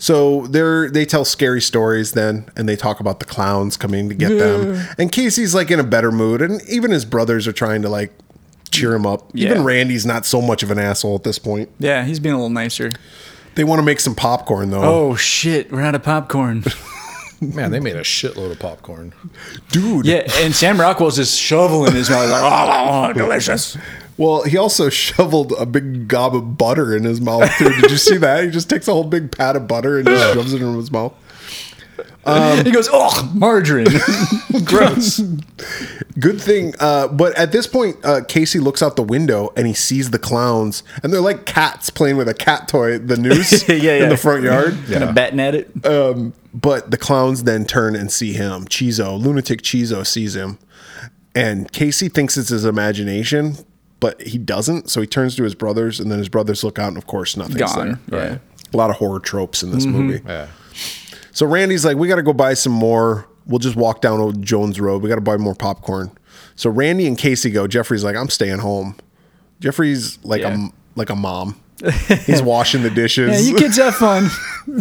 [SPEAKER 2] So they're they tell scary stories then, and they talk about the clowns coming to get them. And Casey's like in a better mood, and even his brothers are trying to like cheer him up. Even
[SPEAKER 1] Yeah.
[SPEAKER 2] Randy's not so much of an asshole at this point.
[SPEAKER 1] Yeah, he's being a little nicer.
[SPEAKER 2] They want to make some popcorn though.
[SPEAKER 1] Oh shit, we're out of popcorn.
[SPEAKER 3] Man, they made a shitload of popcorn.
[SPEAKER 2] dude.
[SPEAKER 1] yeah, and Sam Rockwell's just shoveling his mouth like, oh, delicious.
[SPEAKER 2] Well, he also shoveled a big gob of butter in his mouth too. Did you see that? He just takes a whole big pat of butter and just shoves it in his mouth. Um,
[SPEAKER 1] he goes, oh, margarine. Gross.
[SPEAKER 2] Good thing, uh, but at this point, uh, Casey looks out the window and he sees the clowns, and they're like cats playing with a cat toy, the noose
[SPEAKER 1] Yeah, yeah.
[SPEAKER 2] in the front yard.
[SPEAKER 1] Kind of batting at it.
[SPEAKER 2] Uh, But the clowns then turn and see him. Chizo, lunatic Chizo, sees him, and Casey thinks it's his imagination, but he doesn't. So he turns to his brothers, and then his brothers look out, and of course, nothing's
[SPEAKER 1] Gone. Mm-hmm.
[SPEAKER 2] there.
[SPEAKER 1] Yeah.
[SPEAKER 2] A lot of horror tropes in this movie.
[SPEAKER 3] Yeah.
[SPEAKER 2] So Randy's like, we got to go buy some more. We'll just walk down Old Jones Road. We got to buy more popcorn. So Randy and Casey go. Jeffrey's like, I'm staying home. Jeffrey's like
[SPEAKER 1] Yeah.
[SPEAKER 2] a like a mom. He's washing the
[SPEAKER 1] Yeah,
[SPEAKER 2] dishes.
[SPEAKER 1] you kids have fun.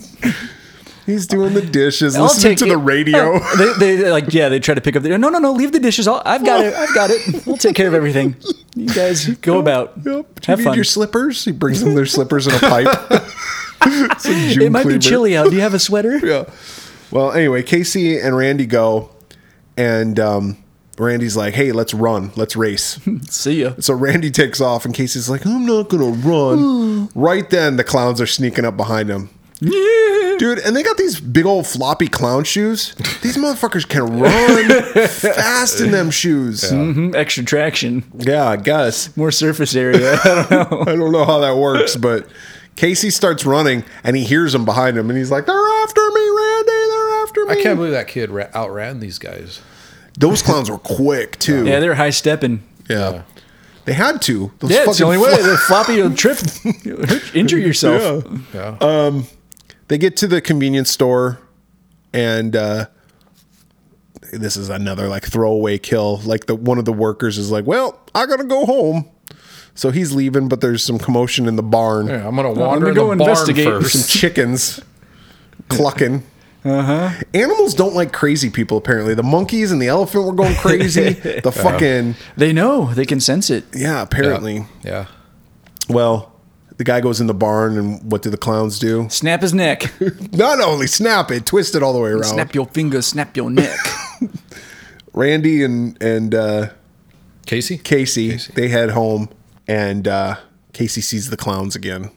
[SPEAKER 2] He's doing the dishes.
[SPEAKER 1] I'll
[SPEAKER 2] listening
[SPEAKER 1] take
[SPEAKER 2] to
[SPEAKER 1] it. Oh.
[SPEAKER 2] the radio.
[SPEAKER 1] they, they they're like, yeah, they try to pick up the. No, no, no, leave the dishes. I'll, I've got it. I've got it. We'll take care of everything. You guys go about.
[SPEAKER 2] Yep. Do you
[SPEAKER 1] Have
[SPEAKER 2] need
[SPEAKER 1] fun.
[SPEAKER 2] your slippers? He brings them their slippers and a pipe. Some
[SPEAKER 1] It
[SPEAKER 2] June
[SPEAKER 1] might be
[SPEAKER 2] Cleaver.
[SPEAKER 1] chilly out. Do you have a sweater?
[SPEAKER 2] Yeah. Well, anyway, Casey and Randy go, and um, Randy's like, "Hey, let's run. Let's race."
[SPEAKER 1] See ya.
[SPEAKER 2] So Randy takes off, and Casey's like, I'm not gonna run. right then, the clowns are sneaking up behind him.
[SPEAKER 1] Mm,
[SPEAKER 2] Dude, and they got these big old floppy clown shoes. These motherfuckers can run fast in them shoes. Yeah,
[SPEAKER 1] Mhm, Extra traction,
[SPEAKER 2] I guess.
[SPEAKER 1] more surface area.
[SPEAKER 2] I don't know how that works, but Casey starts running and he hears them behind him and he's like, They're after me, Randy, they're after me.
[SPEAKER 3] I can't believe that kid ra- outran these guys.
[SPEAKER 2] Those clowns were quick too.
[SPEAKER 1] yeah, they're high stepping.
[SPEAKER 2] Yeah. They had to. Those
[SPEAKER 1] Yeah, it's the only
[SPEAKER 2] fucking
[SPEAKER 1] way.
[SPEAKER 2] fly-
[SPEAKER 1] The floppy you'll trip, you'll hurt- injure yourself.
[SPEAKER 2] Yeah.
[SPEAKER 3] Yeah.
[SPEAKER 2] they get to the convenience store and uh this is another like throwaway kill like the one of the workers is like well i gotta go home so he's leaving but there's some commotion in the barn
[SPEAKER 3] Yeah, I'm gonna wander
[SPEAKER 1] gonna Uh, go
[SPEAKER 3] in the barn
[SPEAKER 1] investigate.
[SPEAKER 2] some
[SPEAKER 3] first.
[SPEAKER 2] chickens clucking uh-huh animals don't like crazy people apparently the monkeys and the elephant were going crazy the fucking
[SPEAKER 1] They know. They can sense it.
[SPEAKER 2] yeah apparently
[SPEAKER 3] Yeah.
[SPEAKER 2] well the guy goes in the barn and what do the clowns do
[SPEAKER 1] Snap his neck.
[SPEAKER 2] not only snap it twist it all the way around
[SPEAKER 1] snap your fingers. Snap your neck.
[SPEAKER 2] randy and and uh
[SPEAKER 3] Casey.
[SPEAKER 2] Casey, they head home, and uh, Casey sees the clowns again.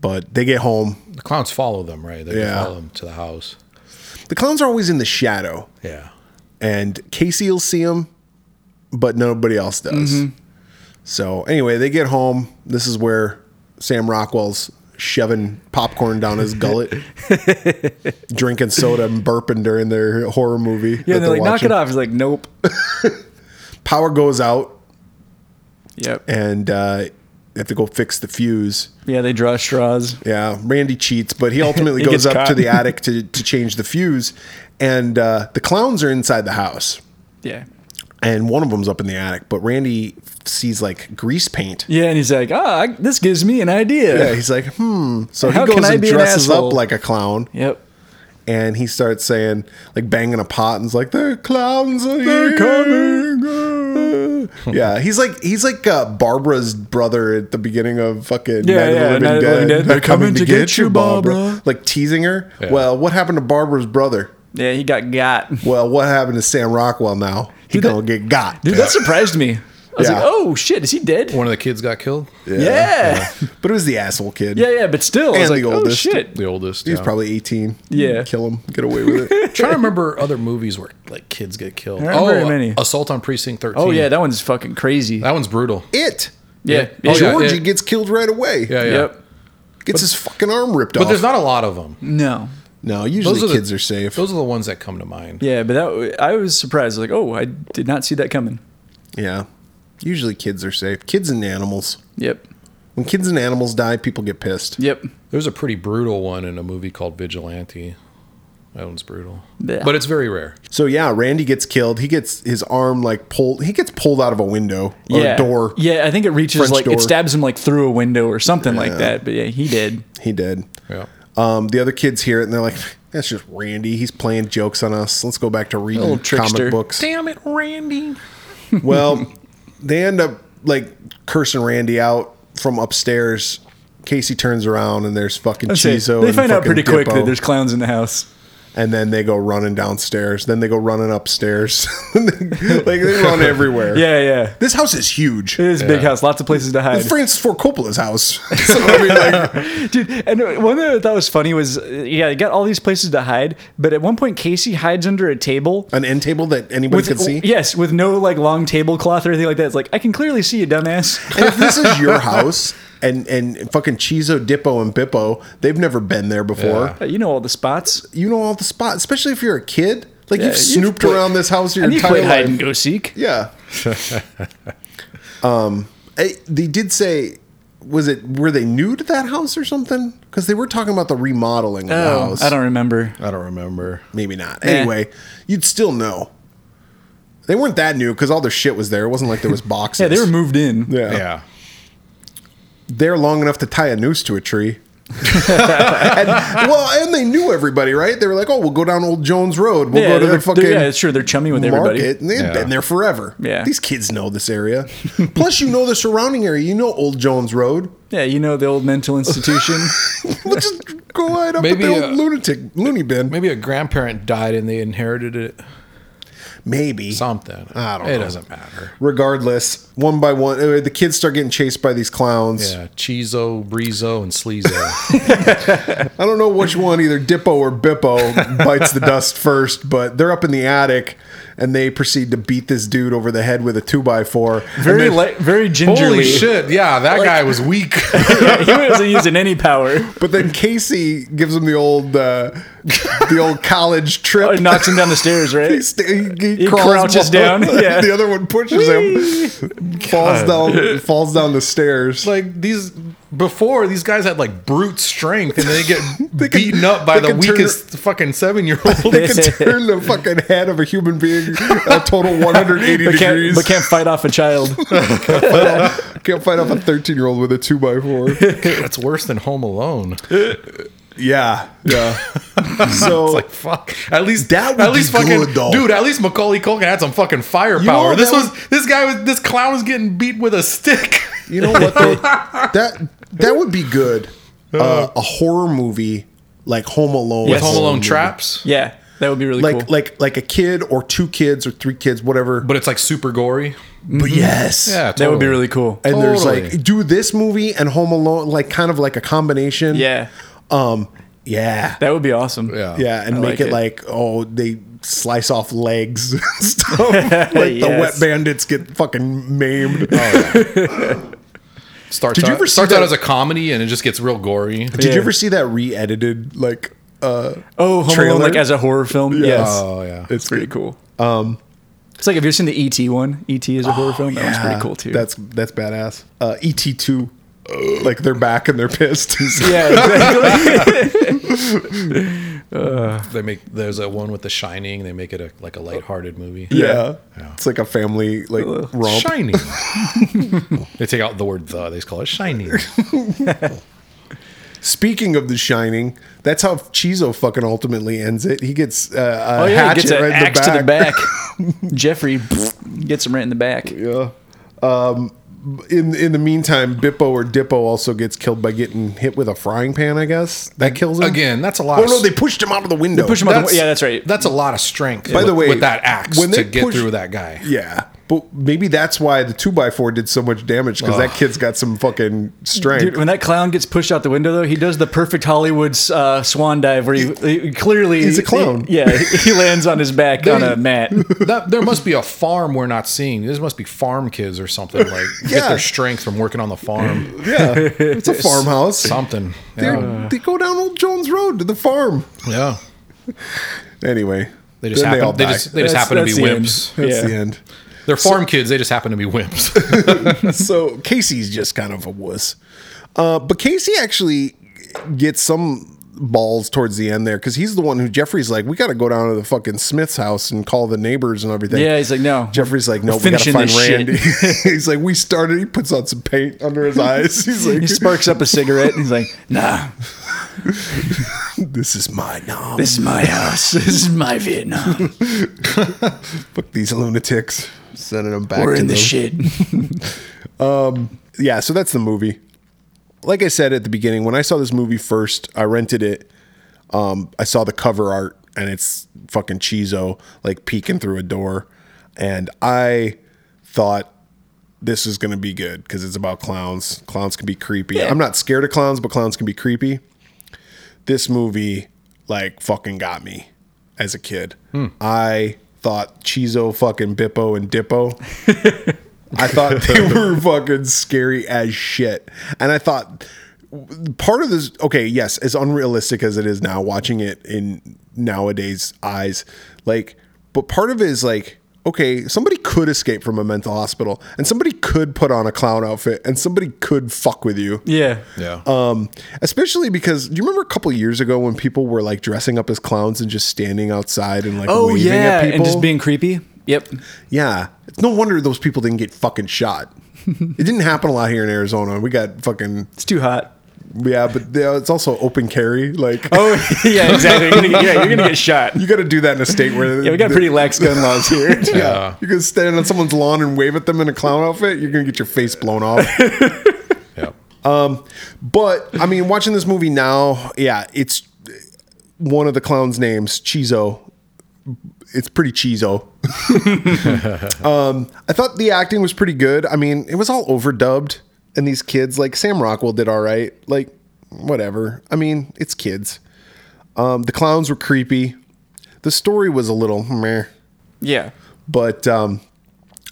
[SPEAKER 2] But they get home.
[SPEAKER 3] The clowns follow them, right? They
[SPEAKER 2] Yeah.
[SPEAKER 3] follow them to the house.
[SPEAKER 2] The clowns are always in the shadow,
[SPEAKER 3] Yeah.
[SPEAKER 2] and Casey will see them, but nobody else does.
[SPEAKER 1] Mm-hmm.
[SPEAKER 2] So anyway, they get home. This is where Sam Rockwell's shoving popcorn down his gullet, drinking soda and burping during their horror movie.
[SPEAKER 1] Yeah, and they're like, knock it off. He's like, nope.
[SPEAKER 2] Power goes out,
[SPEAKER 1] Yep.
[SPEAKER 2] and uh, they have to go fix the fuse.
[SPEAKER 1] Yeah, they draw straws.
[SPEAKER 2] Yeah, Randy cheats, but he ultimately
[SPEAKER 1] He
[SPEAKER 2] goes
[SPEAKER 1] gets
[SPEAKER 2] up to
[SPEAKER 1] caught.
[SPEAKER 2] the attic to, to change the fuse, and uh, the clowns are inside the house,
[SPEAKER 1] Yeah.
[SPEAKER 2] and one of them's up in the attic. But Randy sees like grease paint.
[SPEAKER 1] Yeah, and he's like, ah, I- this gives me an idea.
[SPEAKER 2] Yeah, he's like, hmm. So
[SPEAKER 1] How
[SPEAKER 2] he
[SPEAKER 1] can
[SPEAKER 2] goes
[SPEAKER 1] I
[SPEAKER 2] and
[SPEAKER 1] be an
[SPEAKER 2] dresses up
[SPEAKER 1] asshole?
[SPEAKER 2] like a clown,
[SPEAKER 1] Yep.
[SPEAKER 2] and he starts saying like banging a pot, and's like, "The clowns are
[SPEAKER 1] They're
[SPEAKER 2] here. Uh.
[SPEAKER 1] coming.
[SPEAKER 2] yeah, he's like he's like uh, Barbara's brother at the beginning of fucking
[SPEAKER 1] Yeah,
[SPEAKER 2] Night of the
[SPEAKER 1] yeah,
[SPEAKER 2] Living
[SPEAKER 1] Night of the
[SPEAKER 2] Dead.
[SPEAKER 1] Living Dead.
[SPEAKER 2] They're coming to get you, Barbara.
[SPEAKER 1] Barbara.
[SPEAKER 2] Like teasing her.
[SPEAKER 3] Yeah.
[SPEAKER 2] Well, what happened to Barbara's brother?
[SPEAKER 1] Yeah, he got got.
[SPEAKER 2] Well, what happened to Sam Rockwell now? He
[SPEAKER 1] Dude, that-
[SPEAKER 2] gonna get got.
[SPEAKER 1] Dude, that surprised me. I was like,
[SPEAKER 2] Yeah.
[SPEAKER 1] oh shit, is he dead?
[SPEAKER 3] One of the kids got killed.
[SPEAKER 1] yeah. Yeah,
[SPEAKER 2] But it was the asshole kid.
[SPEAKER 1] yeah, but still, I
[SPEAKER 2] And
[SPEAKER 1] was like,
[SPEAKER 2] the
[SPEAKER 1] oh
[SPEAKER 2] oldest.
[SPEAKER 1] shit.
[SPEAKER 3] The oldest.
[SPEAKER 2] He's
[SPEAKER 3] yeah.
[SPEAKER 2] probably 18.
[SPEAKER 1] Yeah.
[SPEAKER 2] Kill him. Get away with it.
[SPEAKER 3] trying to remember other movies where like kids get killed.
[SPEAKER 1] There aren't very
[SPEAKER 3] uh,
[SPEAKER 1] many.
[SPEAKER 3] Assault on Precinct 13.
[SPEAKER 1] Oh yeah, that one's fucking crazy.
[SPEAKER 3] that one's brutal.
[SPEAKER 2] it.
[SPEAKER 1] Yeah,
[SPEAKER 3] Oh, Uh, yeah.
[SPEAKER 2] Georgie
[SPEAKER 3] it-
[SPEAKER 2] gets killed right away.
[SPEAKER 3] Yeah, yeah.
[SPEAKER 1] Yep.
[SPEAKER 2] Gets his fucking arm ripped
[SPEAKER 3] But
[SPEAKER 2] off.
[SPEAKER 3] there's not a lot of them.
[SPEAKER 1] No.
[SPEAKER 2] no, usually
[SPEAKER 3] the-
[SPEAKER 2] kids are safe.
[SPEAKER 3] Those are the ones that come to mind.
[SPEAKER 1] Yeah, but that I was surprised. Like, oh, I did not see that coming.
[SPEAKER 2] yeah. Usually kids are safe. Kids and animals.
[SPEAKER 1] Yep.
[SPEAKER 2] When kids and animals die, people get pissed.
[SPEAKER 1] Yep.
[SPEAKER 3] There's a pretty brutal one in a movie called Vigilante. That one's brutal.
[SPEAKER 1] Blech.
[SPEAKER 3] But it's very rare.
[SPEAKER 2] So yeah, Randy gets killed. He gets his arm like pulled. He gets pulled out of a window or
[SPEAKER 1] yeah.
[SPEAKER 2] a door.
[SPEAKER 1] Yeah, I think it reaches
[SPEAKER 2] French
[SPEAKER 1] like
[SPEAKER 2] door.
[SPEAKER 1] it stabs him like through a window or something like that. But yeah, he did.
[SPEAKER 2] He did.
[SPEAKER 3] Yeah.
[SPEAKER 2] Um, the other kids hear it and they're like, "That's just Randy. He's playing jokes on us. Let's go back to
[SPEAKER 1] Little
[SPEAKER 2] reading
[SPEAKER 1] trickster.
[SPEAKER 2] comic books."
[SPEAKER 3] Damn it, Randy.
[SPEAKER 2] Well, they end up like cursing Randy out from upstairs. Casey turns around and there's fucking
[SPEAKER 1] That's it.
[SPEAKER 2] Chizo.
[SPEAKER 1] they
[SPEAKER 2] and
[SPEAKER 1] find out
[SPEAKER 2] fucking
[SPEAKER 1] pretty quick
[SPEAKER 2] Dippo.
[SPEAKER 1] that there's clowns in the house.
[SPEAKER 2] and then they go running downstairs. Then they go running upstairs. like they run everywhere.
[SPEAKER 1] Yeah, yeah.
[SPEAKER 2] this house is huge.
[SPEAKER 1] It is a big
[SPEAKER 3] Yeah.
[SPEAKER 1] house, lots of places to hide.
[SPEAKER 2] It's Francis Ford Coppola's house. so I mean, like,
[SPEAKER 1] Dude, and one thing I thought was funny was, uh, yeah, you got all these places to hide, but at one point Casey hides under a table.
[SPEAKER 2] an end table that anybody could Oh, see.
[SPEAKER 1] Yes, with no like long tablecloth or anything like that. It's like I can clearly see you, dumbass.
[SPEAKER 2] And if this is your house, and and fucking Chizo, Dippo, and Bippo, they've never been there before.
[SPEAKER 1] Uh, You know all the spots.
[SPEAKER 2] You know all the spots, especially if you're a kid. Like
[SPEAKER 1] Yeah,
[SPEAKER 2] you've snooped
[SPEAKER 1] played-
[SPEAKER 2] around this house your
[SPEAKER 1] And you
[SPEAKER 2] entire
[SPEAKER 1] played
[SPEAKER 2] life.
[SPEAKER 1] hide and go seek.
[SPEAKER 2] Yeah. um, I, they did say, was it were they new to that house or something? Because they were talking about the remodeling of the
[SPEAKER 1] Oh,
[SPEAKER 2] house.
[SPEAKER 1] I don't remember.
[SPEAKER 3] I don't remember.
[SPEAKER 2] Maybe not. Anyway, you'd still know. They weren't that new because all their shit was there. It wasn't like there was boxes.
[SPEAKER 1] Yeah, they were moved in.
[SPEAKER 2] Yeah.
[SPEAKER 3] Yeah.
[SPEAKER 2] they're long enough to tie a noose to a tree. and, well, and they knew everybody, right? They were like, "Oh, we'll go down Old Jones Road. We'll
[SPEAKER 1] yeah,
[SPEAKER 2] go to
[SPEAKER 1] they're-
[SPEAKER 2] the fucking
[SPEAKER 1] they're- yeah, sure, they're chummy with everybody.
[SPEAKER 2] market, and they've
[SPEAKER 3] Yeah.
[SPEAKER 2] been there forever.
[SPEAKER 1] Yeah.
[SPEAKER 2] These kids know this area. Plus, you know the surrounding area. You know Old Jones Road.
[SPEAKER 1] Yeah, you know the old mental institution.
[SPEAKER 2] We'll just go right up
[SPEAKER 3] Maybe,
[SPEAKER 2] at the
[SPEAKER 3] uh,
[SPEAKER 2] old lunatic loony bin. Maybe.
[SPEAKER 3] Maybe a grandparent died and they inherited it. Something.
[SPEAKER 2] I don't
[SPEAKER 3] It
[SPEAKER 2] know.
[SPEAKER 3] doesn't matter.
[SPEAKER 2] Regardless, one by one, uh, the kids start getting chased by these clowns.
[SPEAKER 3] Yeah. Chizo, Brizo, and Sleezo.
[SPEAKER 2] I don't know which one, either Dippo or Bippo, bites the dust first, but they're up in the attic and they proceed to beat this dude over the head with a two by four.
[SPEAKER 1] very li- very gingerly.
[SPEAKER 3] Holy shit. Yeah, that guy was weak.
[SPEAKER 1] Yeah, he wasn't using any power.
[SPEAKER 2] But then Casey gives him the old uh, the old college
[SPEAKER 1] Oh,
[SPEAKER 2] trip.
[SPEAKER 1] It knocks him down the stairs,
[SPEAKER 2] he,
[SPEAKER 1] right?
[SPEAKER 2] st- he,
[SPEAKER 1] He crouches
[SPEAKER 2] below.
[SPEAKER 1] down, yeah.
[SPEAKER 2] the other one pushes him. falls down. Falls down the stairs.
[SPEAKER 3] like these before these guys had like brute strength and they get beaten up by
[SPEAKER 2] they
[SPEAKER 3] the
[SPEAKER 2] can turn-
[SPEAKER 3] weakest fucking seven year old.
[SPEAKER 2] they can turn the fucking head of a human being a total 180
[SPEAKER 1] But can't,
[SPEAKER 2] degrees.
[SPEAKER 1] but can't fight off a child.
[SPEAKER 2] can't fight off a 13 year old with a two by four.
[SPEAKER 3] That's worse than Home Alone.
[SPEAKER 2] Yeah, yeah. so
[SPEAKER 3] Like fuck. At least
[SPEAKER 2] That would
[SPEAKER 3] at least
[SPEAKER 2] be
[SPEAKER 3] fucking
[SPEAKER 2] good, though.
[SPEAKER 3] dude. At least Macaulay Culkin had some fucking firepower.
[SPEAKER 2] what
[SPEAKER 3] this
[SPEAKER 2] that
[SPEAKER 3] was this guy was this clown was getting beat with a stick.
[SPEAKER 2] you know what? Though? that that would be good. Uh, a horror movie like Home Alone.
[SPEAKER 1] Yes.
[SPEAKER 3] Home
[SPEAKER 1] Home
[SPEAKER 3] Alone
[SPEAKER 2] movie.
[SPEAKER 3] traps,
[SPEAKER 1] Yeah, that would be really
[SPEAKER 2] Like
[SPEAKER 1] cool.
[SPEAKER 2] like like a kid or two kids or three kids, whatever. But,
[SPEAKER 3] but it's like super gory.
[SPEAKER 2] yes,
[SPEAKER 3] Yeah,
[SPEAKER 1] that would be
[SPEAKER 3] totally.
[SPEAKER 1] really cool. Oh.
[SPEAKER 2] And there's
[SPEAKER 3] Totally.
[SPEAKER 2] like do this movie and Home Alone like kind of like a combination.
[SPEAKER 1] yeah,
[SPEAKER 2] Um. Yeah.
[SPEAKER 1] that would be awesome.
[SPEAKER 3] Yeah.
[SPEAKER 2] yeah, and
[SPEAKER 1] I
[SPEAKER 2] make
[SPEAKER 1] like
[SPEAKER 2] it,
[SPEAKER 1] it.
[SPEAKER 2] like oh they slice off legs and stuff. like the wet
[SPEAKER 1] Yes.
[SPEAKER 2] bandits get fucking maimed.
[SPEAKER 3] Starts
[SPEAKER 2] Did you
[SPEAKER 3] out,
[SPEAKER 2] ever see
[SPEAKER 3] starts
[SPEAKER 2] that-
[SPEAKER 3] out as a comedy and it just gets real gory.
[SPEAKER 2] Did
[SPEAKER 1] Yeah.
[SPEAKER 2] you ever see that re-edited like uh
[SPEAKER 1] Oh, Home Alone
[SPEAKER 2] Trailer?
[SPEAKER 1] like as a horror film. Yes,
[SPEAKER 3] Oh yeah.
[SPEAKER 1] it's pretty cool. Um, it's like have you ever seen the ET one? ET is a horror film. That one's pretty
[SPEAKER 2] Yeah,
[SPEAKER 1] cool too.
[SPEAKER 2] That's that's badass. Uh ET2 like they're back and they're pissed.
[SPEAKER 1] yeah, exactly.
[SPEAKER 3] They make there's a one with The Shining. They make it a like a lighthearted movie.
[SPEAKER 2] yeah. It's like a family like romp.
[SPEAKER 3] Shiny. they take out the word the. They just call it shiny.
[SPEAKER 2] Speaking of The Shining, that's how Chizo fucking ultimately ends it. He gets uh, a
[SPEAKER 1] oh yeah, it
[SPEAKER 2] hatchet
[SPEAKER 1] gets an
[SPEAKER 2] right in
[SPEAKER 1] axe
[SPEAKER 2] the back.
[SPEAKER 1] to the back. Jeffrey gets him right in the back.
[SPEAKER 2] Yeah. Um, in in the meantime, Bippo or Dippo also gets killed by getting hit with a frying pan. I guess that kills him
[SPEAKER 3] Again, that's a lot.
[SPEAKER 2] Oh
[SPEAKER 3] of
[SPEAKER 2] no,
[SPEAKER 3] s-
[SPEAKER 2] they pushed him out of the window.
[SPEAKER 1] Push him out the,
[SPEAKER 3] That's-
[SPEAKER 1] yeah, that's right.
[SPEAKER 3] That's a lot of strength.
[SPEAKER 2] By the
[SPEAKER 3] with-
[SPEAKER 2] way,
[SPEAKER 3] with that axe
[SPEAKER 2] when
[SPEAKER 3] to
[SPEAKER 2] they
[SPEAKER 3] get
[SPEAKER 2] push-
[SPEAKER 3] through that guy.
[SPEAKER 2] Yeah, but maybe that's why the two by four did so much damage because that kid's got some fucking strength.
[SPEAKER 1] Dude, when that clown gets pushed out the window, though, he does the perfect Hollywood uh, swan dive where he, he clearly
[SPEAKER 2] He's a clown.
[SPEAKER 1] he- yeah, he lands on his back on a mat.
[SPEAKER 3] That, there must be a farm we're not seeing. This must be farm kids or something. Like get
[SPEAKER 2] Yeah.
[SPEAKER 3] their strength from working on the farm.
[SPEAKER 2] yeah, it's a farmhouse.
[SPEAKER 3] Something.
[SPEAKER 2] They-
[SPEAKER 3] Yeah.
[SPEAKER 2] They go down Old Jones Road to the farm.
[SPEAKER 3] yeah.
[SPEAKER 2] Anyway,
[SPEAKER 3] They just
[SPEAKER 2] then
[SPEAKER 3] happen. They,
[SPEAKER 2] die.
[SPEAKER 3] just they just
[SPEAKER 1] That's-
[SPEAKER 3] happen to
[SPEAKER 1] that's
[SPEAKER 3] be
[SPEAKER 1] the end.
[SPEAKER 3] wimps.
[SPEAKER 2] that's
[SPEAKER 1] yeah.
[SPEAKER 2] the end.
[SPEAKER 3] They're farm kids. They just happen to be wimps.
[SPEAKER 2] so Casey's just kind of a wuss. Uh, but Casey actually gets some balls towards the end there because he's the one who Jeffrey's like, we got to go down to the fucking Smith's house and call the neighbors and everything.
[SPEAKER 1] Yeah, he's like, no.
[SPEAKER 2] Jeffrey's like, no,
[SPEAKER 1] We're
[SPEAKER 2] we got to
[SPEAKER 1] finishing
[SPEAKER 2] find
[SPEAKER 1] this shit."
[SPEAKER 2] Randy. he's like, we started. He puts on some paint under his eyes. He's like,
[SPEAKER 1] He sparks up a cigarette and he's like, nah,
[SPEAKER 2] this is my nom.
[SPEAKER 1] this is my house. This is my Vietnam.
[SPEAKER 2] Fuck these lunatics. Sending them back
[SPEAKER 1] We're
[SPEAKER 2] to
[SPEAKER 1] in
[SPEAKER 2] the
[SPEAKER 1] the shit.
[SPEAKER 2] yeah, so that's the movie. Like I said at the beginning, when I saw this movie first, I rented it. Um, I saw the cover art and it's fucking Chizo like peeking through a door. And I thought this is going to be good because it's about clowns. Clowns can be creepy. I'm not scared of clowns, but clowns can be creepy. This movie like fucking got me as a kid. I thought Chizo, fucking Bippo, and Dippo I thought they were fucking scary as shit. And I thought part of this okay, yes, as unrealistic as it is now watching it in nowadays eyes, like but part of it is like okay, somebody could escape from a mental hospital and somebody could put on a clown outfit and somebody could fuck with you.
[SPEAKER 1] Yeah.
[SPEAKER 3] yeah.
[SPEAKER 2] Um, especially because do you remember a couple years ago when people were like dressing up as clowns and just standing outside and like
[SPEAKER 1] Oh,
[SPEAKER 2] waving
[SPEAKER 1] yeah.
[SPEAKER 2] at people
[SPEAKER 1] And just being creepy. Yep.
[SPEAKER 2] yeah. It's no wonder those people didn't get fucking shot. it didn't happen a lot here in Arizona. We got fucking
[SPEAKER 1] It's too hot.
[SPEAKER 2] yeah, but yeah, it's also open carry. Like
[SPEAKER 1] Oh, yeah, exactly. You're gonna get, yeah, you're going to get shot.
[SPEAKER 2] you got to do that in a state where
[SPEAKER 1] Yeah, we got pretty lax gun laws here.
[SPEAKER 2] Yeah, you can stand on someone's lawn and wave at them in a clown outfit. You're gonna get your face blown off.
[SPEAKER 3] yeah.
[SPEAKER 2] uh, Um, But I mean, watching this movie now, yeah, it's one of the clown's names, Chizo. It's pretty Chizo. um, I thought the acting was pretty good. I mean, it was all overdubbed, and these kids, like Sam Rockwell, did all right. Like, whatever. I mean, it's kids. Um, the clowns were creepy. The story was a little meh
[SPEAKER 1] Yeah.
[SPEAKER 2] but um,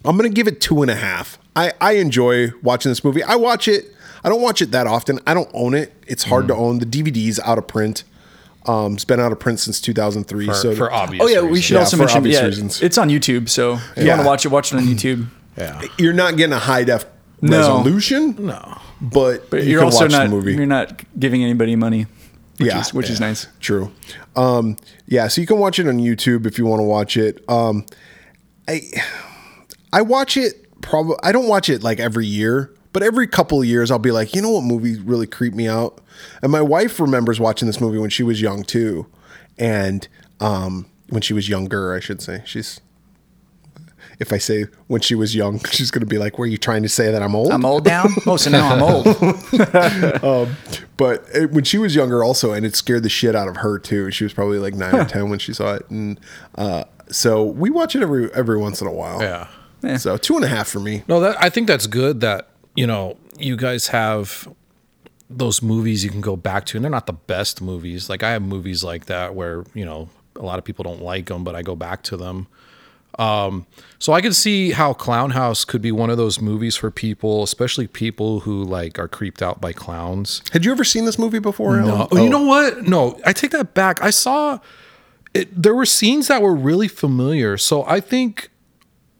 [SPEAKER 2] I'm gonna give it two and a half. I, I enjoy watching this movie. I watch it. I don't watch it that often. I don't own it. It's hard
[SPEAKER 3] Mm.
[SPEAKER 2] to own. The DVD's out of print. Um, it's been out of print since 2003. so
[SPEAKER 3] for obvious.
[SPEAKER 1] Oh, yeah, we
[SPEAKER 3] reasons.
[SPEAKER 1] should
[SPEAKER 2] Yeah,
[SPEAKER 1] also
[SPEAKER 2] for
[SPEAKER 1] mention
[SPEAKER 2] obvious
[SPEAKER 1] yeah,
[SPEAKER 2] reasons.
[SPEAKER 1] it's on YouTube, so if you want
[SPEAKER 2] Yeah.
[SPEAKER 1] to watch it, watch it on YouTube.
[SPEAKER 3] Yeah.
[SPEAKER 2] you're not getting a high def
[SPEAKER 1] No.
[SPEAKER 2] resolution. No, but,
[SPEAKER 1] But
[SPEAKER 2] you
[SPEAKER 1] you're
[SPEAKER 2] can
[SPEAKER 1] also
[SPEAKER 2] watch
[SPEAKER 1] not
[SPEAKER 2] the movie.
[SPEAKER 1] you're not giving anybody money, which
[SPEAKER 2] Yeah,
[SPEAKER 1] is which is
[SPEAKER 2] yeah.
[SPEAKER 1] nice.
[SPEAKER 2] True. Um, yeah, so you can watch it on YouTube if you want to watch it. Um, I I watch it probably I don't watch it like every year, but every couple of years I'll be like, you know what movie really creeped me out? And my wife remembers watching this movie when she was young too. And um, when she was younger, I should say. She's if I say when she was young, she's gonna be like, Were you trying to say that I'm old?
[SPEAKER 1] I'm old now. Oh, so now I'm old.
[SPEAKER 2] But it, when she was younger, also, and it scared the shit out of her too. She was probably like nine or ten when she saw it, and uh, so we watch it every every once in a while.
[SPEAKER 3] Yeah.
[SPEAKER 2] So two and a half for me.
[SPEAKER 3] No, that I think that's good that, you know, you guys have those movies you can go back to and they're not the best movies. Like I have movies like that where, you know, a lot of people don't like them, but I go back to them. Um, So I could see how Clown House could be one of those movies for people, especially people who like are creeped out by clowns.
[SPEAKER 2] Had you ever seen this movie before? Oh.
[SPEAKER 3] No, Oh, you know what? No, I take that back. I saw it, there were scenes that were really familiar. So I think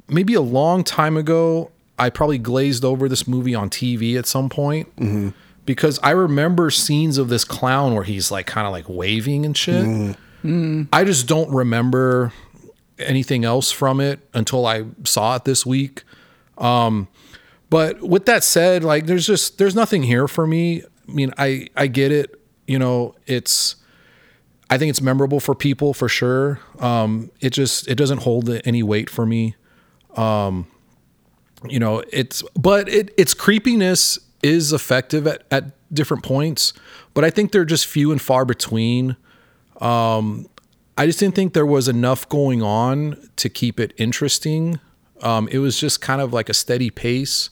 [SPEAKER 3] maybe a long time ago, I probably glazed over this movie on TV at some point because I remember scenes of this clown where he's like kind of like waving and shit. I just don't remember anything else from it until I saw it this week. But with that said, like there's just there's nothing here for me. I mean, I I get it. You know, it's I think it's memorable for people for sure. Um, it just it doesn't hold any weight for me. Um, you know, it's but it its creepiness is effective at at different points, but I think they're just few and far between. Um, I just didn't think there was enough going on to keep it interesting. Um, it was just kind of like a steady pace.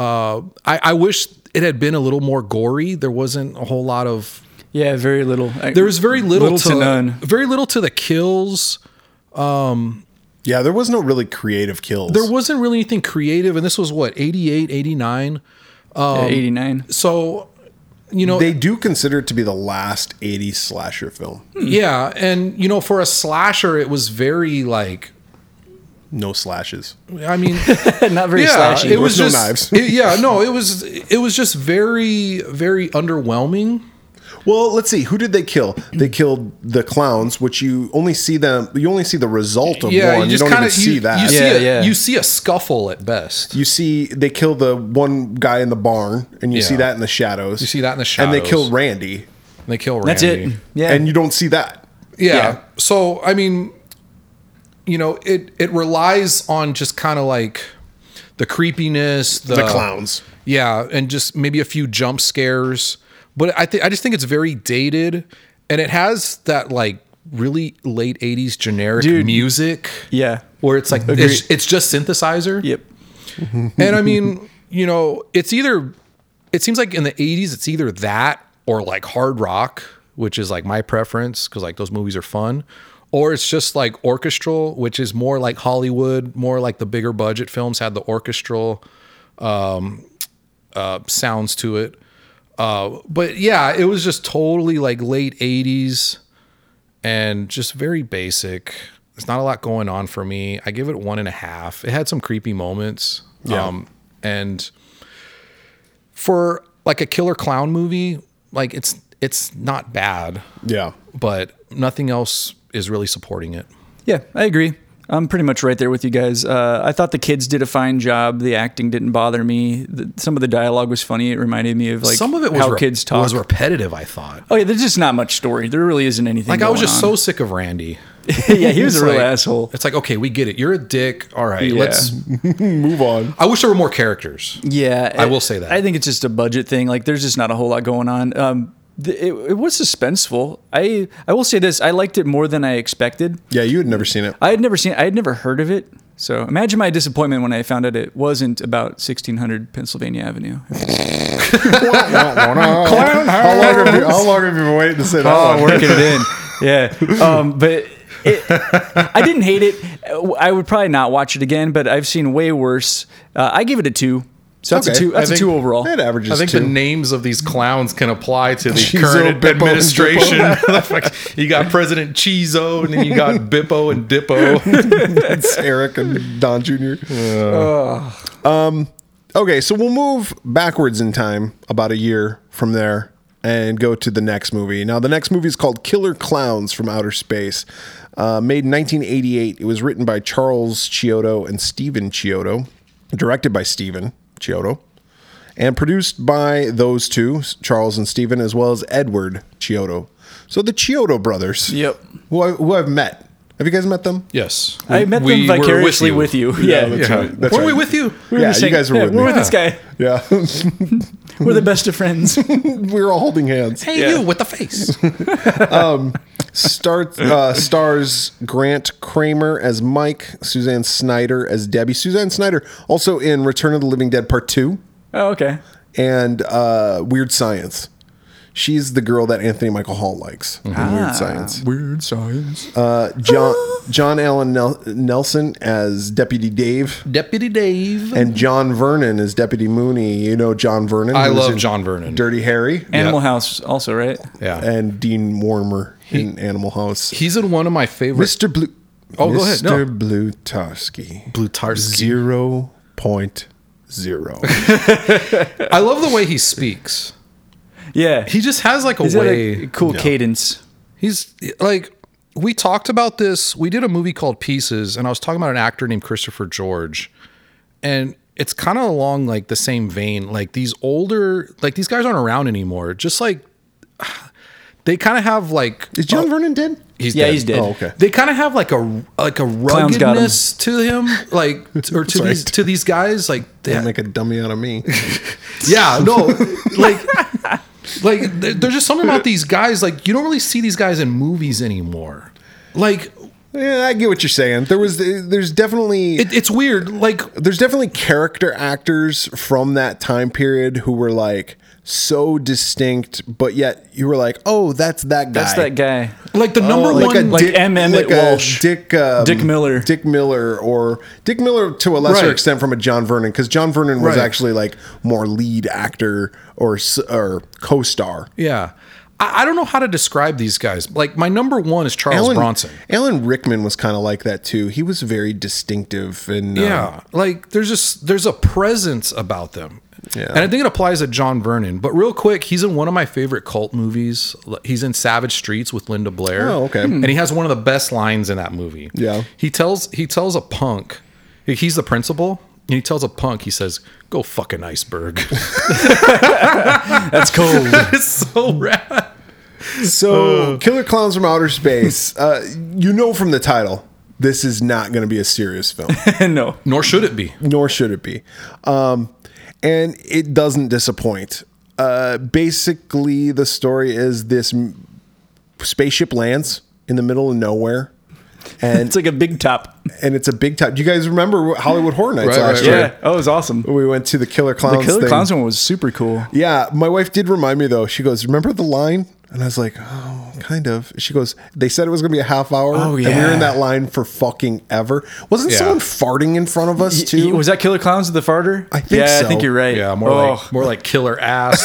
[SPEAKER 3] I, I wish it had been a little more gory. There wasn't a whole lot of
[SPEAKER 1] Yeah, very little. I-
[SPEAKER 3] there was very little,
[SPEAKER 1] Little
[SPEAKER 3] to,
[SPEAKER 1] to none.
[SPEAKER 3] Very little to the kills.
[SPEAKER 2] Yeah, there was no really creative kills.
[SPEAKER 3] There wasn't really anything creative, and this was what 88, 89.
[SPEAKER 1] Yeah, 89.
[SPEAKER 3] So, you know,
[SPEAKER 2] they do consider it to be the last 80s slasher film.
[SPEAKER 3] yeah, and you know, for a slasher, it was very like.
[SPEAKER 2] No slashes.
[SPEAKER 3] I mean,
[SPEAKER 1] Not very
[SPEAKER 3] yeah,
[SPEAKER 1] slashy.
[SPEAKER 3] it was
[SPEAKER 2] no
[SPEAKER 3] just,
[SPEAKER 2] knives.
[SPEAKER 3] it- yeah, no, it was, it was just very, very underwhelming.
[SPEAKER 2] Well, let's see. Who did they kill? They killed the clowns, which you only see them. You only see the result of
[SPEAKER 3] Yeah,
[SPEAKER 2] one. You,
[SPEAKER 3] you just
[SPEAKER 2] don't
[SPEAKER 3] kind
[SPEAKER 2] even
[SPEAKER 3] of
[SPEAKER 2] see that.
[SPEAKER 3] You
[SPEAKER 2] You
[SPEAKER 3] see,
[SPEAKER 2] see,
[SPEAKER 1] Yeah,
[SPEAKER 3] a,
[SPEAKER 1] yeah.
[SPEAKER 3] you see a scuffle at best.
[SPEAKER 2] they kill the one guy in the barn, and you see
[SPEAKER 3] Yeah.
[SPEAKER 2] that in the shadows. You
[SPEAKER 3] see that in the
[SPEAKER 2] And they
[SPEAKER 3] shadows.
[SPEAKER 2] kill Randy,
[SPEAKER 3] They kill Randy.
[SPEAKER 1] That's it. Yeah.
[SPEAKER 2] and you don't see that.
[SPEAKER 3] Yeah.
[SPEAKER 1] Yeah.
[SPEAKER 3] So I mean, you know, it it relies on just kind of like the creepiness, the,
[SPEAKER 2] The clowns.
[SPEAKER 3] yeah, and just maybe a few jump scares. But I think I just think it's very dated, and it has that like really late '80s generic
[SPEAKER 1] Dude.
[SPEAKER 3] music
[SPEAKER 1] yeah.
[SPEAKER 3] where it's like it's, it's just synthesizer.
[SPEAKER 1] Yep.
[SPEAKER 3] And I mean, you know, it's either it seems like in the 80s it's either that or like hard rock, which is like my preference cuz like those movies are fun, or it's just like orchestral, which is more like Hollywood, more like the bigger budget films had the orchestral um uh sounds to it. Uh but yeah, it was just totally like late 80s and just very basic. There's not a lot going on for me. I give it one and a half. It had some creepy moments.
[SPEAKER 2] Yeah.
[SPEAKER 3] Um, and for like a killer clown movie, like it's it's not bad,
[SPEAKER 2] Yeah.
[SPEAKER 3] but nothing else is really supporting it.
[SPEAKER 1] Yeah, I agree. I'm pretty much right there with you guys. Uh, I thought the kids did a fine job. The acting didn't bother me. The, some of the dialogue was funny. It reminded me of like
[SPEAKER 3] some of it was
[SPEAKER 1] how
[SPEAKER 3] re-
[SPEAKER 1] kids talk.
[SPEAKER 3] was repetitive. I thought.
[SPEAKER 1] oh yeah, there's just not much story. There really isn't anything.
[SPEAKER 3] Like I was just so sick of Randy.
[SPEAKER 1] so yeah. He was
[SPEAKER 3] It's
[SPEAKER 1] a real
[SPEAKER 3] like-
[SPEAKER 1] asshole.
[SPEAKER 3] It's like okay, we get it. You're a dick. All right,
[SPEAKER 1] Yeah.
[SPEAKER 3] let's.
[SPEAKER 2] Move on.
[SPEAKER 3] I wish there were more characters.
[SPEAKER 1] Yeah,
[SPEAKER 3] I will say that.
[SPEAKER 1] I think it's just a budget thing. Like, there's just not a whole lot going on. Um, th- it, it was suspenseful. I I will say this. I liked it more than I expected.
[SPEAKER 2] Yeah, you had never seen it.
[SPEAKER 1] I had never seen. I had never heard of it. So imagine my disappointment when I found out it wasn't about 1600 Pennsylvania Avenue.
[SPEAKER 2] how, long have you, how long have you been waiting to
[SPEAKER 1] Oh,
[SPEAKER 2] say that? one?
[SPEAKER 1] working it in. Yeah, um, but it, I didn't hate it. Uh, I would probably not watch it again, but I've seen way worse. Uh, I give it a two. So that's
[SPEAKER 2] Okay.
[SPEAKER 1] a two.
[SPEAKER 2] I
[SPEAKER 1] That's
[SPEAKER 2] think
[SPEAKER 1] a two overall.
[SPEAKER 2] It averages
[SPEAKER 3] I think
[SPEAKER 2] two.
[SPEAKER 3] the names of these clowns can apply to the
[SPEAKER 2] Chizo,
[SPEAKER 3] current
[SPEAKER 2] Bippo, and
[SPEAKER 3] administration. you got President Chizo, and then you got Bippo and Dippo.
[SPEAKER 2] It's Eric and Don Jr. Um, okay, so we'll move backwards in time about a year from there and go to the next movie. Now, the next movie is called Killer Clowns from Outer Space. Uh, made in 1988, it was written by Charles Chiodo and Stephen Chiodo, directed by Stephen Chiodo, and produced by those two, Charles and Stephen, as well as Edward Chiodo. So the Chiodo brothers,
[SPEAKER 1] Yep.
[SPEAKER 2] who, I, who I've met. Have you guys met them?
[SPEAKER 3] Yes,
[SPEAKER 1] I met
[SPEAKER 3] We
[SPEAKER 1] them
[SPEAKER 3] were
[SPEAKER 1] vicariously with you. Yeah.
[SPEAKER 2] that's
[SPEAKER 3] Yeah.
[SPEAKER 2] right, that's
[SPEAKER 3] were
[SPEAKER 2] right.
[SPEAKER 3] we with you?
[SPEAKER 1] We were
[SPEAKER 2] Yeah,
[SPEAKER 1] just
[SPEAKER 2] you guys were
[SPEAKER 1] "Yeah,
[SPEAKER 2] with
[SPEAKER 1] we're
[SPEAKER 2] me."
[SPEAKER 1] with this guy.
[SPEAKER 2] Yeah.
[SPEAKER 1] We're the best of friends.
[SPEAKER 2] we were all holding hands.
[SPEAKER 3] Hey, you with the face.
[SPEAKER 2] Start, uh, stars Grant Kramer as Mike, Suzanne Snyder as Debbie. Suzanne Snyder also in Return of the Living Dead Part 2
[SPEAKER 1] oh, okay.
[SPEAKER 2] and uh, Weird Science. She's the girl that Anthony Michael Hall likes in
[SPEAKER 1] Ah.
[SPEAKER 2] Weird Science.
[SPEAKER 3] Weird science.
[SPEAKER 2] Uh, John, John Allen Nel- Nelson as Deputy Dave
[SPEAKER 3] Deputy Dave.
[SPEAKER 1] Mm-hmm.
[SPEAKER 2] and John Vernon as Deputy Mooney. You know John Vernon.
[SPEAKER 3] I
[SPEAKER 2] who was
[SPEAKER 3] love
[SPEAKER 2] in
[SPEAKER 3] John Vernon.
[SPEAKER 2] Dirty Harry.
[SPEAKER 1] Animal House also, right?
[SPEAKER 3] yeah,
[SPEAKER 2] and Dean Warmer in Animal House.
[SPEAKER 3] he's in one of my favorite.
[SPEAKER 2] Mr. Blue.
[SPEAKER 3] Oh,
[SPEAKER 2] Mr.
[SPEAKER 3] go ahead, no.
[SPEAKER 2] Blutarski.
[SPEAKER 3] Blutarski.
[SPEAKER 2] Zero point zero.
[SPEAKER 3] I love the way he speaks.
[SPEAKER 1] Yeah.
[SPEAKER 3] He just has like a
[SPEAKER 1] He's got
[SPEAKER 3] way.
[SPEAKER 1] a cool cadence.
[SPEAKER 3] He's like, we talked about this. We did a movie called Pieces, and I was talking about an actor named Christopher George. And it's kind of along like the same vein. Like these older, like these guys aren't around anymore. Just like They kind of have like
[SPEAKER 2] Is John
[SPEAKER 3] uh,
[SPEAKER 2] Vernon dead?
[SPEAKER 3] he's
[SPEAKER 1] Yeah,
[SPEAKER 3] dead.
[SPEAKER 1] he's dead.
[SPEAKER 2] Oh, okay.
[SPEAKER 3] They kind of have like a like a
[SPEAKER 1] Clown's got him.
[SPEAKER 3] ruggedness to him, like or to
[SPEAKER 2] Sorry.
[SPEAKER 3] these to these guys. Like they,
[SPEAKER 2] Don't make a dummy out of me.
[SPEAKER 3] yeah, no, like, like there- there's just something about these guys. Like you don't really see these guys in movies anymore. Like
[SPEAKER 2] yeah, I get what you're saying. There was, there's definitely
[SPEAKER 3] it, it's weird. Like
[SPEAKER 2] there's definitely character actors from that time period who were like so distinct, but yet you were like, oh, that's that guy.
[SPEAKER 1] That's that guy.
[SPEAKER 3] like the number
[SPEAKER 2] Oh, Like a
[SPEAKER 3] one.
[SPEAKER 1] like
[SPEAKER 2] Dick,
[SPEAKER 1] M. Emmett
[SPEAKER 2] like a
[SPEAKER 1] Walsh.
[SPEAKER 2] Dick, um,
[SPEAKER 1] Dick Miller.
[SPEAKER 2] Dick Miller, or Dick Miller to a lesser
[SPEAKER 3] Right.
[SPEAKER 2] extent from a John Vernon, because John Vernon was
[SPEAKER 3] Right.
[SPEAKER 2] actually like more lead actor or s- or co-star.
[SPEAKER 3] yeah, I, I don't know how to describe these guys. Like my number one is Charles Bronson.
[SPEAKER 2] Alan Rickman was kind of like that too. He was very distinctive and uh,
[SPEAKER 3] Yeah, like there's just there's a presence about them.
[SPEAKER 2] Yeah.
[SPEAKER 3] And I think it applies to John Vernon. But real quick, he's in one of my favorite cult movies. He's in Savage Streets with Linda Blair.
[SPEAKER 2] Oh, okay. Hmm.
[SPEAKER 3] And he has one of the best lines in that movie.
[SPEAKER 2] Yeah.
[SPEAKER 3] He tells he tells a punk, he's the principal, and he tells a punk, he says, Go fuck an iceberg.
[SPEAKER 1] That's cold.
[SPEAKER 3] it's so rad.
[SPEAKER 2] So, Oh, Killer Clowns from Outer Space. Uh, you know from the title, this is not going to be a serious film,
[SPEAKER 1] no.
[SPEAKER 3] Nor should it be.
[SPEAKER 2] nor should it be. Um, and it doesn't disappoint. Uh, basically, the story is this m- spaceship lands in the middle of nowhere, and
[SPEAKER 1] It's like a big top.
[SPEAKER 2] and it's a big time. Do you guys remember Hollywood Horror Nights
[SPEAKER 3] Right,
[SPEAKER 2] last
[SPEAKER 3] right,
[SPEAKER 2] year?
[SPEAKER 1] Yeah. Oh, it was awesome.
[SPEAKER 2] We went to the Killer Clowns.
[SPEAKER 1] The Killer
[SPEAKER 2] thing.
[SPEAKER 1] Clowns one was super cool.
[SPEAKER 2] Yeah, my wife did remind me though. She goes, "Remember the line?" And I was like, "Oh, kind of." She goes, "They said it was going to be a half hour,
[SPEAKER 1] Oh,
[SPEAKER 2] and we were
[SPEAKER 1] yeah.
[SPEAKER 2] in that line for fucking ever." Wasn't
[SPEAKER 3] Yeah.
[SPEAKER 2] someone farting in front of us too?
[SPEAKER 1] Y- Was that Killer Clowns with the farter?
[SPEAKER 2] I think
[SPEAKER 1] yeah,
[SPEAKER 2] so.
[SPEAKER 1] I think you're right.
[SPEAKER 3] Yeah, more
[SPEAKER 1] oh,
[SPEAKER 3] like more like killer ass.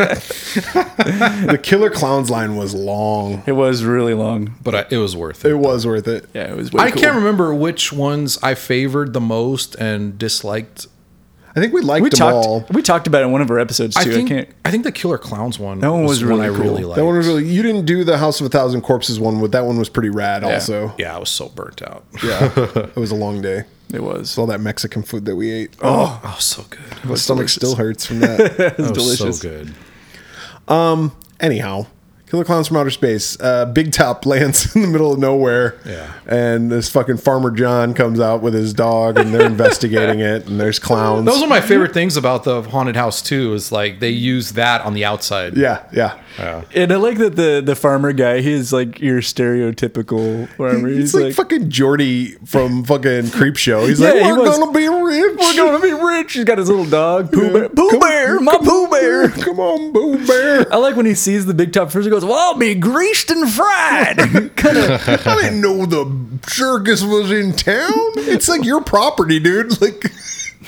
[SPEAKER 2] the Killer Clowns line was long.
[SPEAKER 1] it was really long.
[SPEAKER 3] but I, it was worth
[SPEAKER 2] It was worth it.
[SPEAKER 1] Yeah, it was. Way
[SPEAKER 3] I
[SPEAKER 1] cool.
[SPEAKER 3] can't remember which ones I favored the most and disliked
[SPEAKER 2] I think we liked
[SPEAKER 1] We
[SPEAKER 2] them
[SPEAKER 1] talked.
[SPEAKER 2] all.
[SPEAKER 1] We talked about it in one of our episodes too. I,
[SPEAKER 3] think,
[SPEAKER 1] can't.
[SPEAKER 3] I think the Killer Clowns one.
[SPEAKER 1] That one was
[SPEAKER 3] the
[SPEAKER 1] really
[SPEAKER 3] I
[SPEAKER 1] cool.
[SPEAKER 3] really
[SPEAKER 1] That
[SPEAKER 3] liked.
[SPEAKER 2] That one was really. You didn't do the House of a Thousand Corpses one, but that one was pretty rad. Also,
[SPEAKER 3] Yeah, I was so burnt out.
[SPEAKER 2] yeah, it was a long day.
[SPEAKER 1] It was.
[SPEAKER 2] All that Mexican food that we ate.
[SPEAKER 3] Oh, oh, so good. It
[SPEAKER 2] my stomach still hurts from that.
[SPEAKER 1] It was delicious.
[SPEAKER 3] so good.
[SPEAKER 2] anyhow killer clowns from outer space uh, big top lands in the middle of nowhere
[SPEAKER 3] Yeah.
[SPEAKER 2] and this fucking farmer john comes out with his dog and they're investigating it and there's clowns
[SPEAKER 3] Those are my favorite things about the haunted house too. Is like they use that on the outside.
[SPEAKER 2] yeah yeah
[SPEAKER 3] Yeah.
[SPEAKER 1] And I like that the the farmer guy. He is like your stereotypical farmer.
[SPEAKER 2] He's
[SPEAKER 1] He's,
[SPEAKER 2] like,
[SPEAKER 1] like,
[SPEAKER 2] fucking Jordy from fucking Creep Show. He's
[SPEAKER 1] Yeah,
[SPEAKER 2] like,
[SPEAKER 1] he
[SPEAKER 2] we're
[SPEAKER 1] was-
[SPEAKER 2] gonna be rich.
[SPEAKER 1] we're gonna be rich. He's got his little dog, Pooh Bear. Pooh Bear, my Pooh Bear.
[SPEAKER 2] Come on, Boo Bear.
[SPEAKER 1] I like when he sees the big top first. He goes, "Well, I'll be greased and fried." kind of.
[SPEAKER 2] I didn't know the circus was in town. It's like your property, dude. Like,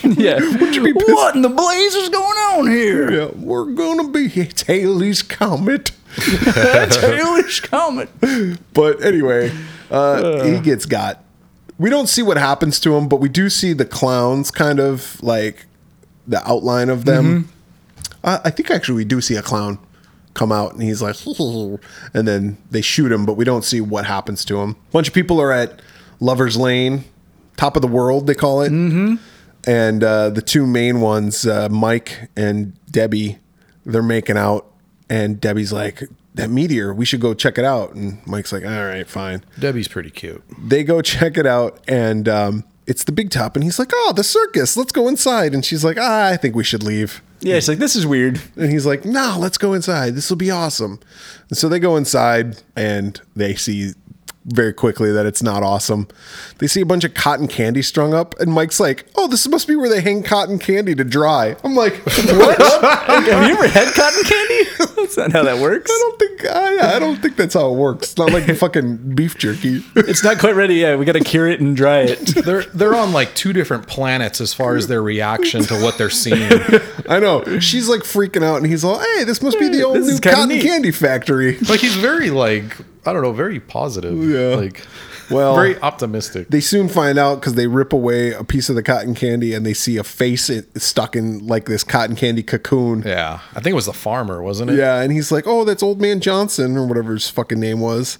[SPEAKER 1] Yeah.
[SPEAKER 2] be pissed?
[SPEAKER 1] What in the blaze is going on here?
[SPEAKER 2] yeah, we're gonna be Haley's Comet.
[SPEAKER 1] That's Haley's comet.
[SPEAKER 2] But anyway, uh, he gets got. We don't see what happens to him, but we do see the clowns kind of like the outline of them. I, I think actually we do see a clown come out and he's like, and then they shoot him, but we don't see what happens to him. bunch of people are at Lover's Lane, top of the world, they call it. Mm-hmm. And uh, the two main ones, uh, Mike and Debbie, they're making out. And Debbie's like, that meteor, we should go check it out. And Mike's like, all right, fine
[SPEAKER 3] Debbie's pretty cute.
[SPEAKER 2] they go check it out and um, it's the big top and he's like oh the circus let's go inside and she's like ah, i think we should leave
[SPEAKER 1] Yeah, it's like this is weird.
[SPEAKER 2] and he's like no let's go inside this will be awesome and so they go inside and they see very quickly that it's not awesome they see a bunch of cotton candy strung up and mike's like oh this must be where they hang cotton candy to dry i'm like what i
[SPEAKER 1] Have you ever had cotton candy? That's not how that works.
[SPEAKER 2] don't think I, I don't think that's how it works it's not like fucking beef jerky
[SPEAKER 1] It's not quite ready yet. We got to cure it and dry it.
[SPEAKER 3] They're they're on like two different planets as far as their reaction to what they're seeing.
[SPEAKER 2] I know. She's like freaking out, and he's all, "Hey, this must be the old
[SPEAKER 1] This is
[SPEAKER 2] new
[SPEAKER 1] kinda
[SPEAKER 2] cotton
[SPEAKER 1] neat."
[SPEAKER 2] candy factory."
[SPEAKER 3] Like he's very like I don't know, very positive.
[SPEAKER 2] Yeah.
[SPEAKER 3] Like
[SPEAKER 2] Well,
[SPEAKER 3] very optimistic.
[SPEAKER 2] they soon find out because they rip away a piece of the cotton candy, and they see a face it, stuck in like this cotton candy cocoon. Yeah.
[SPEAKER 3] yeah. I think it was the farmer, wasn't it?
[SPEAKER 2] and he's like, "Oh, that's Old Man Johnson or whatever his fucking name was."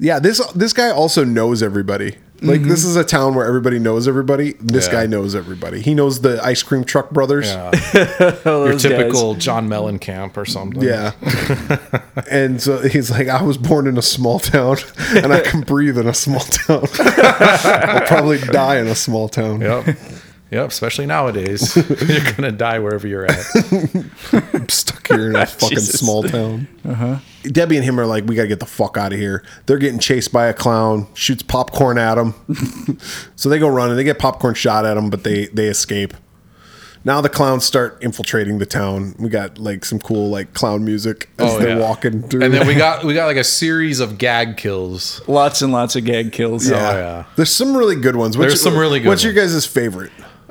[SPEAKER 2] Yeah, this this guy also knows everybody. Like this is a town where everybody knows everybody. This
[SPEAKER 3] Mm-hmm. Yeah.
[SPEAKER 2] guy knows everybody. He knows the ice cream truck brothers.
[SPEAKER 3] Yeah.
[SPEAKER 4] Your
[SPEAKER 3] Your typical John Mellencamp or something.
[SPEAKER 2] Yeah. and so he's like, I was born in a small town and I can breathe in a small town. I'll probably die in a small town.
[SPEAKER 3] Yep. Yep. Especially nowadays, you're gonna die wherever you're at.
[SPEAKER 2] I'm stuck here in a fucking
[SPEAKER 4] Jesus.
[SPEAKER 2] small town. Debbie and him are like, we got to get the fuck out of here. They're getting chased by a clown, shoots popcorn at them. so they go running. They get popcorn shot at them, but they, they escape. Now the clowns start infiltrating the town. We got like some cool like clown music as
[SPEAKER 3] Oh,
[SPEAKER 2] they're
[SPEAKER 3] yeah.
[SPEAKER 2] walking through.
[SPEAKER 3] And then we got we got like a series of gag kills.
[SPEAKER 1] Lots and lots of gag kills.
[SPEAKER 3] Oh, yeah.
[SPEAKER 2] There's some really good ones. What's
[SPEAKER 3] There's some really good
[SPEAKER 2] What's your guys' favorite?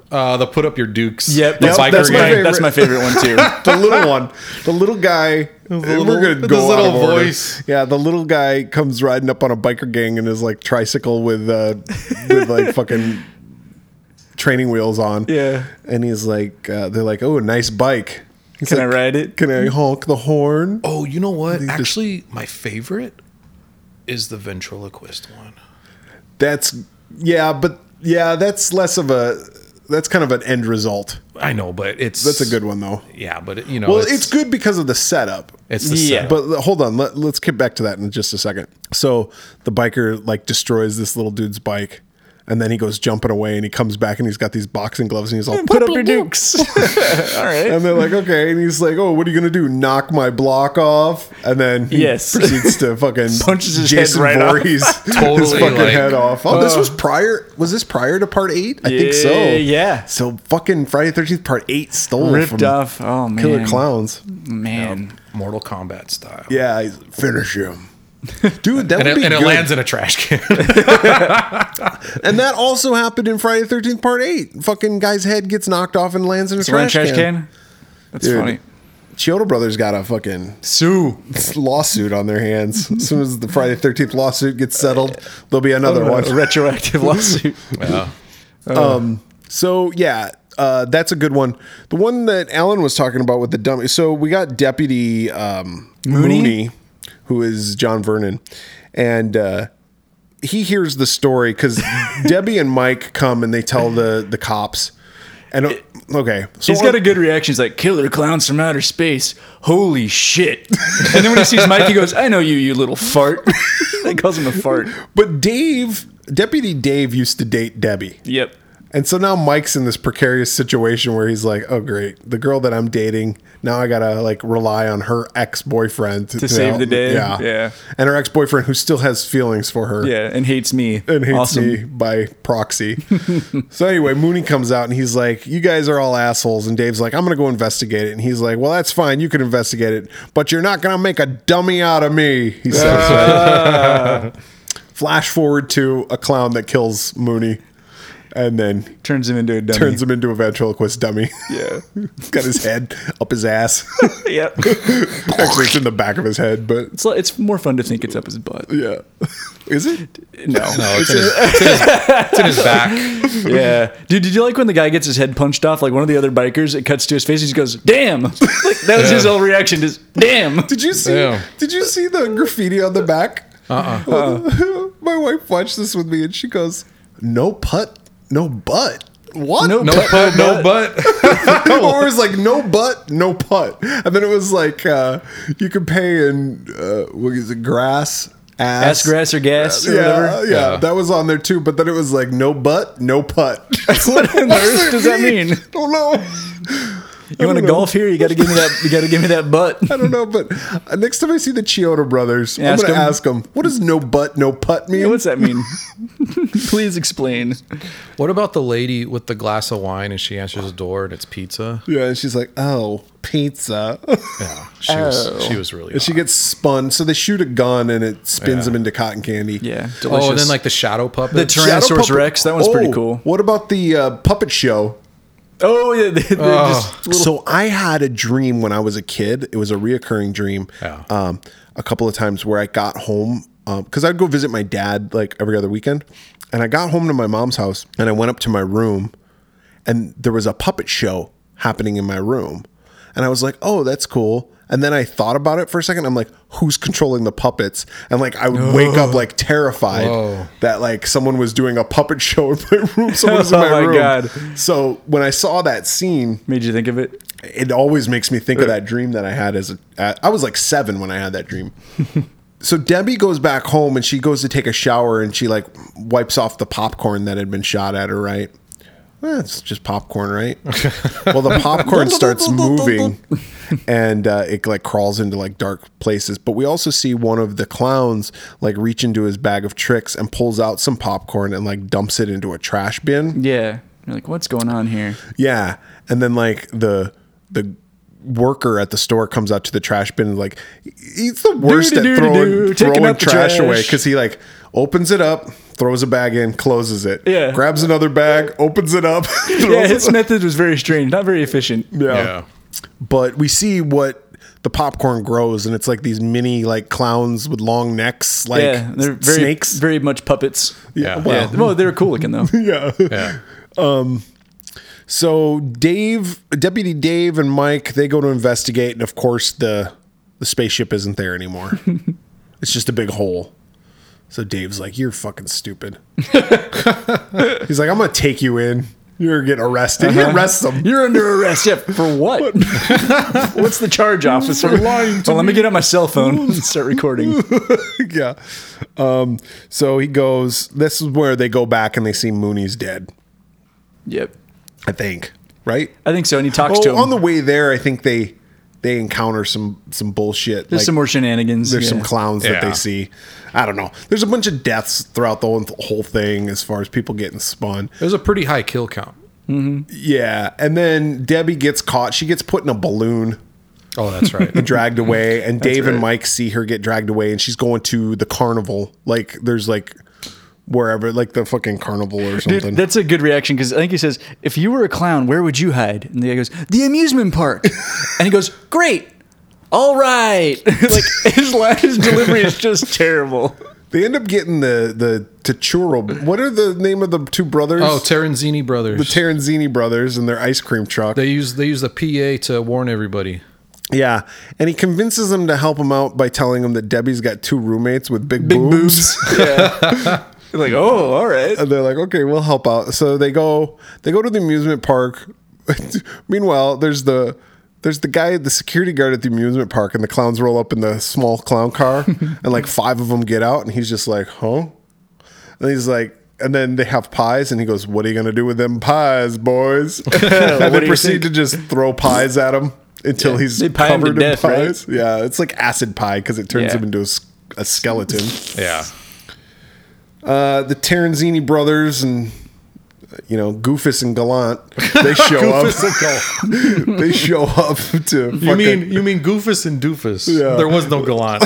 [SPEAKER 3] Uh, the put up your dukes.
[SPEAKER 1] Yep,
[SPEAKER 3] The
[SPEAKER 1] that's,
[SPEAKER 3] biker
[SPEAKER 1] that's, my,
[SPEAKER 3] gang.
[SPEAKER 1] that's my favorite one too.
[SPEAKER 2] The little one, the little guy.
[SPEAKER 3] little-
[SPEAKER 2] we're gonna
[SPEAKER 3] with
[SPEAKER 2] go
[SPEAKER 3] his
[SPEAKER 2] out
[SPEAKER 3] little
[SPEAKER 2] of order.
[SPEAKER 3] voice.
[SPEAKER 2] Yeah, the little guy comes riding up on a biker gang in his like tricycle with uh, with like fucking training wheels on.
[SPEAKER 1] Yeah.
[SPEAKER 2] and he's like, uh, they're like, oh, nice bike. He's
[SPEAKER 1] Can I
[SPEAKER 2] like,
[SPEAKER 1] ride it?
[SPEAKER 2] Can I honk the horn?
[SPEAKER 3] Oh, you know what? Actually, my favorite is the ventriloquist one.
[SPEAKER 2] That's yeah, but yeah, that's less of a. That's kind of an end result.
[SPEAKER 3] I know, but it's
[SPEAKER 2] That's a good one though.
[SPEAKER 3] Yeah, but it, you know,
[SPEAKER 2] Well, it's, good because of the setup.
[SPEAKER 3] It's the
[SPEAKER 1] Yeah.
[SPEAKER 3] setup.
[SPEAKER 2] But l- hold on, let, let's get back to that in just a second. So the biker like destroys this little dude's bike, and then he goes jumping away, and he comes back, and he's got these boxing gloves, and he's all
[SPEAKER 1] Put up your dukes. All right.
[SPEAKER 2] And they're like, okay, and he's like, oh, what are you gonna do? Knock my block off? And then he
[SPEAKER 1] Yes.
[SPEAKER 2] proceeds to fucking
[SPEAKER 1] Punches his head right off. uh,
[SPEAKER 2] Voorhees his
[SPEAKER 3] Totally,
[SPEAKER 2] fucking
[SPEAKER 3] like-
[SPEAKER 2] head off. Oh, this was prior. Was this prior to part eight? I think so.
[SPEAKER 1] Yeah, yeah.
[SPEAKER 2] So fucking Friday Thirteenth Part Eight stole
[SPEAKER 1] Ripped
[SPEAKER 2] from
[SPEAKER 1] off. Oh man.
[SPEAKER 2] Killer Clowns.
[SPEAKER 1] Man.
[SPEAKER 3] Mortal Kombat style.
[SPEAKER 2] Yeah, he's- finish him. Dude, that would
[SPEAKER 3] And, it,
[SPEAKER 2] be
[SPEAKER 3] and it
[SPEAKER 2] good.
[SPEAKER 3] lands in a trash can.
[SPEAKER 2] And that also happened in Friday the 13th Part 8. Fucking guy's head gets knocked off and lands in a
[SPEAKER 1] You want
[SPEAKER 2] trash,
[SPEAKER 1] a trash
[SPEAKER 2] can.
[SPEAKER 1] can? That's
[SPEAKER 2] Dude.
[SPEAKER 1] funny.
[SPEAKER 2] Chiodo Brothers got a fucking
[SPEAKER 1] Sue.
[SPEAKER 2] lawsuit on their hands. As soon as the Friday the 13th lawsuit gets settled, there'll be another one.
[SPEAKER 1] A retroactive lawsuit.
[SPEAKER 3] yeah.
[SPEAKER 2] Um, So yeah, uh, that's a good one. The one that Alan was talking about with the dummy. So we got Deputy um, Mooney? who is John Vernon, and uh, he hears the story because Debbie and Mike come and they tell the the cops. And uh, okay, so
[SPEAKER 1] He's got a good reaction. He's like, "Killer clowns from outer space! Holy shit!" And then when he sees Mike, he goes, "I know you, you little fart." they calls him a fart.
[SPEAKER 2] but Dave, Deputy Dave, used to date Debbie.
[SPEAKER 1] Yep.
[SPEAKER 2] And so now Mike's in this precarious situation where he's like, "Oh great, the girl that I'm dating now I gotta like rely on her ex boyfriend to,
[SPEAKER 1] save
[SPEAKER 2] help-
[SPEAKER 1] the day?
[SPEAKER 2] Yeah,
[SPEAKER 1] Yeah.
[SPEAKER 2] and her ex boyfriend who still has feelings for her.
[SPEAKER 1] Yeah, and hates me.
[SPEAKER 2] And hates
[SPEAKER 1] awesome.
[SPEAKER 2] me by proxy. so anyway, Mooney comes out and he's like, "You guys are all assholes." And Dave's like, "I'm gonna go investigate it." And he's like, "Well, that's fine. You can investigate it, but you're not gonna make a dummy out of me." He says.
[SPEAKER 1] Ah.
[SPEAKER 2] Flash forward to a clown that kills Mooney, and then
[SPEAKER 1] Turns him into a dummy.
[SPEAKER 2] turns him into a ventriloquist dummy.
[SPEAKER 1] yeah.
[SPEAKER 2] Got his head up his ass.
[SPEAKER 1] yep.
[SPEAKER 2] Actually, it's in the back of his head, but
[SPEAKER 1] It's, li- it's more fun to think it's up his butt.
[SPEAKER 2] yeah. Is it?
[SPEAKER 1] No.
[SPEAKER 3] No, it's, in his, it's, in his, it's in his back.
[SPEAKER 1] Yeah. Dude, did you like when the guy gets his head punched off? Like one of the other bikers, it cuts to his face. He just goes, "Damn!" Like, that was his
[SPEAKER 3] Yeah.
[SPEAKER 1] whole reaction. Just damn.
[SPEAKER 2] Did you see?
[SPEAKER 3] Yeah.
[SPEAKER 2] Did you see the graffiti on the back? Uh-uh.
[SPEAKER 1] Uh-huh.
[SPEAKER 2] My wife watched this with me, and she goes, "No putt, no butt." What?
[SPEAKER 1] No
[SPEAKER 3] No
[SPEAKER 1] But-
[SPEAKER 3] put, no
[SPEAKER 1] but-
[SPEAKER 3] butt.
[SPEAKER 2] or it was like no butt, no putt, and then it was like uh, you could pay in uh, what is it, grass,
[SPEAKER 1] Ass grass or gas or
[SPEAKER 2] Yeah,
[SPEAKER 1] whatever.
[SPEAKER 2] yeah,
[SPEAKER 3] Yeah.
[SPEAKER 2] that was on there too. But then it was like no butt, no putt.
[SPEAKER 1] What on earth does that mean?
[SPEAKER 2] don't know.
[SPEAKER 1] You want to
[SPEAKER 2] know.
[SPEAKER 1] golf here? You got to give me that. You got to give me that butt.
[SPEAKER 2] I don't know, but uh, next time I see the Chioda brothers,
[SPEAKER 1] Ask
[SPEAKER 2] I'm gonna
[SPEAKER 1] 'em.
[SPEAKER 2] ask them what does no butt, no putt mean?
[SPEAKER 1] What's that mean? Please explain.
[SPEAKER 3] what about the lady with the glass of wine and she answers the door and it's pizza?
[SPEAKER 2] yeah, and she's like, oh, pizza.
[SPEAKER 3] Yeah, she was she was really.
[SPEAKER 2] and she
[SPEAKER 3] hot.
[SPEAKER 2] gets spun, so they shoot a gun and it spins them into cotton candy.
[SPEAKER 1] Yeah,
[SPEAKER 3] oh, and then like the shadow puppet.
[SPEAKER 1] The tyrann-
[SPEAKER 2] Shadow
[SPEAKER 1] Tyrannosaurus Rex, that one's pretty cool.
[SPEAKER 2] Oh, What about the uh, puppet show?
[SPEAKER 1] oh yeah, they, they're just little,
[SPEAKER 2] So I had a dream when I was a kid. It was a reoccurring dream.
[SPEAKER 3] Yeah.
[SPEAKER 2] Um, a couple of times where I got home because I'd go visit my dad like every other weekend, and I got home to my mom's house and I went up to my room, and there was a puppet show happening in my room, and I was like, oh, that's cool. And then I thought about it for a second. I'm like, who's controlling the puppets? And like, I would wake up like terrified
[SPEAKER 3] Whoa.
[SPEAKER 2] that like someone was doing a puppet show in my room. Someone was in
[SPEAKER 1] Oh
[SPEAKER 2] my,
[SPEAKER 1] my
[SPEAKER 2] room.
[SPEAKER 1] God.
[SPEAKER 2] So when I saw that scene,
[SPEAKER 1] Made you think of it?
[SPEAKER 2] it always makes me think of that dream that I had as a, uh, I was like seven when I had that dream. so Debbie goes back home and she goes to take a shower and she like wipes off the popcorn that had been shot at her. Right? Eh, it's just popcorn, right? well, the popcorn starts moving and uh, it like crawls into like dark places. But we also see one of the clowns like reach into his bag of tricks and pulls out some popcorn and like dumps it into a trash bin.
[SPEAKER 1] Yeah. You're like, what's going on here?
[SPEAKER 2] Yeah, and then like the the worker at the store comes out to the trash bin and like he's the worst at
[SPEAKER 1] Doo-doo-doo-doo-doo,
[SPEAKER 2] throwing,
[SPEAKER 1] taking
[SPEAKER 2] throwing
[SPEAKER 1] out the
[SPEAKER 2] trash,
[SPEAKER 1] trash.
[SPEAKER 2] away because he like opens it up, throws a bag in, closes it,
[SPEAKER 1] Yeah.
[SPEAKER 2] grabs another bag, opens it up, throws
[SPEAKER 1] Yeah,
[SPEAKER 2] it
[SPEAKER 1] his method was very strange, not very efficient.
[SPEAKER 2] yeah. But we see what the popcorn grows, and it's like these mini like clowns with long necks, like
[SPEAKER 1] yeah, they're very,
[SPEAKER 2] snakes.
[SPEAKER 1] very much puppets.
[SPEAKER 3] Yeah.
[SPEAKER 2] well,
[SPEAKER 1] Yeah, well, they're cool looking though.
[SPEAKER 2] yeah.
[SPEAKER 3] Yeah.
[SPEAKER 2] So Dave, Deputy Dave, and Mike they go to investigate, and of course the the spaceship isn't there anymore. it's just a big hole. So Dave's like, "You're fucking stupid." He's like, "I'm gonna take you in. You're getting arrested."
[SPEAKER 1] Uh-huh.
[SPEAKER 2] He arrests him.
[SPEAKER 1] You're under arrest. Yeah, for what? What's the charge, officer?
[SPEAKER 2] lying to
[SPEAKER 1] well, let me get out my cell phone and start recording.
[SPEAKER 2] yeah. Um, so he goes. This is where they go back and they see Mooney's dead.
[SPEAKER 1] yep,
[SPEAKER 2] I think. Right.
[SPEAKER 1] I think so. And he talks to
[SPEAKER 2] Oh,
[SPEAKER 1] him.
[SPEAKER 2] on the way there, I think they they encounter some some bullshit.
[SPEAKER 1] There's some more shenanigans.
[SPEAKER 2] There's
[SPEAKER 1] yeah.
[SPEAKER 2] some clowns that
[SPEAKER 3] Yeah.
[SPEAKER 2] they see. I don't know. There's a bunch of deaths throughout the whole, whole thing as far as people getting spun.
[SPEAKER 3] It was a pretty high kill count.
[SPEAKER 2] Yeah. And then Debbie gets caught. She gets put in a balloon,
[SPEAKER 3] Oh, that's right.
[SPEAKER 2] dragged away. And Dave and
[SPEAKER 1] Mm-hmm. right.
[SPEAKER 2] Mike see her get dragged away, and she's going to the carnival. Like, there's like wherever, like the fucking carnival or
[SPEAKER 1] Dude,
[SPEAKER 2] something.
[SPEAKER 1] that's a good reaction because I think he says, "If you were a clown, where would you hide?" And the guy goes, "The amusement park." and he goes, "Great, all right." like his line, his delivery is just terrible.
[SPEAKER 2] they end up getting the, the Tachuro. What are the name of the two brothers?
[SPEAKER 3] oh, Terenzini brothers.
[SPEAKER 2] the Terenzini brothers and their ice cream truck.
[SPEAKER 3] they use they use the PA to warn everybody.
[SPEAKER 2] Yeah, and he convinces them to help him out by telling him that Debbie's got two roommates with big,
[SPEAKER 1] Big
[SPEAKER 2] boobs.
[SPEAKER 1] boobs. yeah. like, oh, all right.
[SPEAKER 2] And they're like, "Okay, we'll help out." So they go, they go to the amusement park. Meanwhile, there's the there's the guy, the security guard at the amusement park, and the clowns roll up in the small clown car, and like five of them get out, and he's just like, "Huh?" And he's like, and then they have pies, and he goes, "What are you gonna do with them pies, boys?" and
[SPEAKER 1] What do
[SPEAKER 2] they
[SPEAKER 1] you
[SPEAKER 2] proceed
[SPEAKER 1] think?
[SPEAKER 2] to just throw pies at him until he's
[SPEAKER 1] they pie him to
[SPEAKER 2] covered in
[SPEAKER 1] death, right?
[SPEAKER 2] pies. Yeah, it's like acid pie because it turns
[SPEAKER 1] Yeah.
[SPEAKER 2] him into a, s- a skeleton.
[SPEAKER 3] Yeah.
[SPEAKER 2] Uh, the Terenzini brothers and you know Goofus and Gallant, they show up. they show up to.
[SPEAKER 3] You
[SPEAKER 2] fucking-
[SPEAKER 3] mean you mean Goofus and Doofus?
[SPEAKER 2] Yeah.
[SPEAKER 3] There was no Gallant.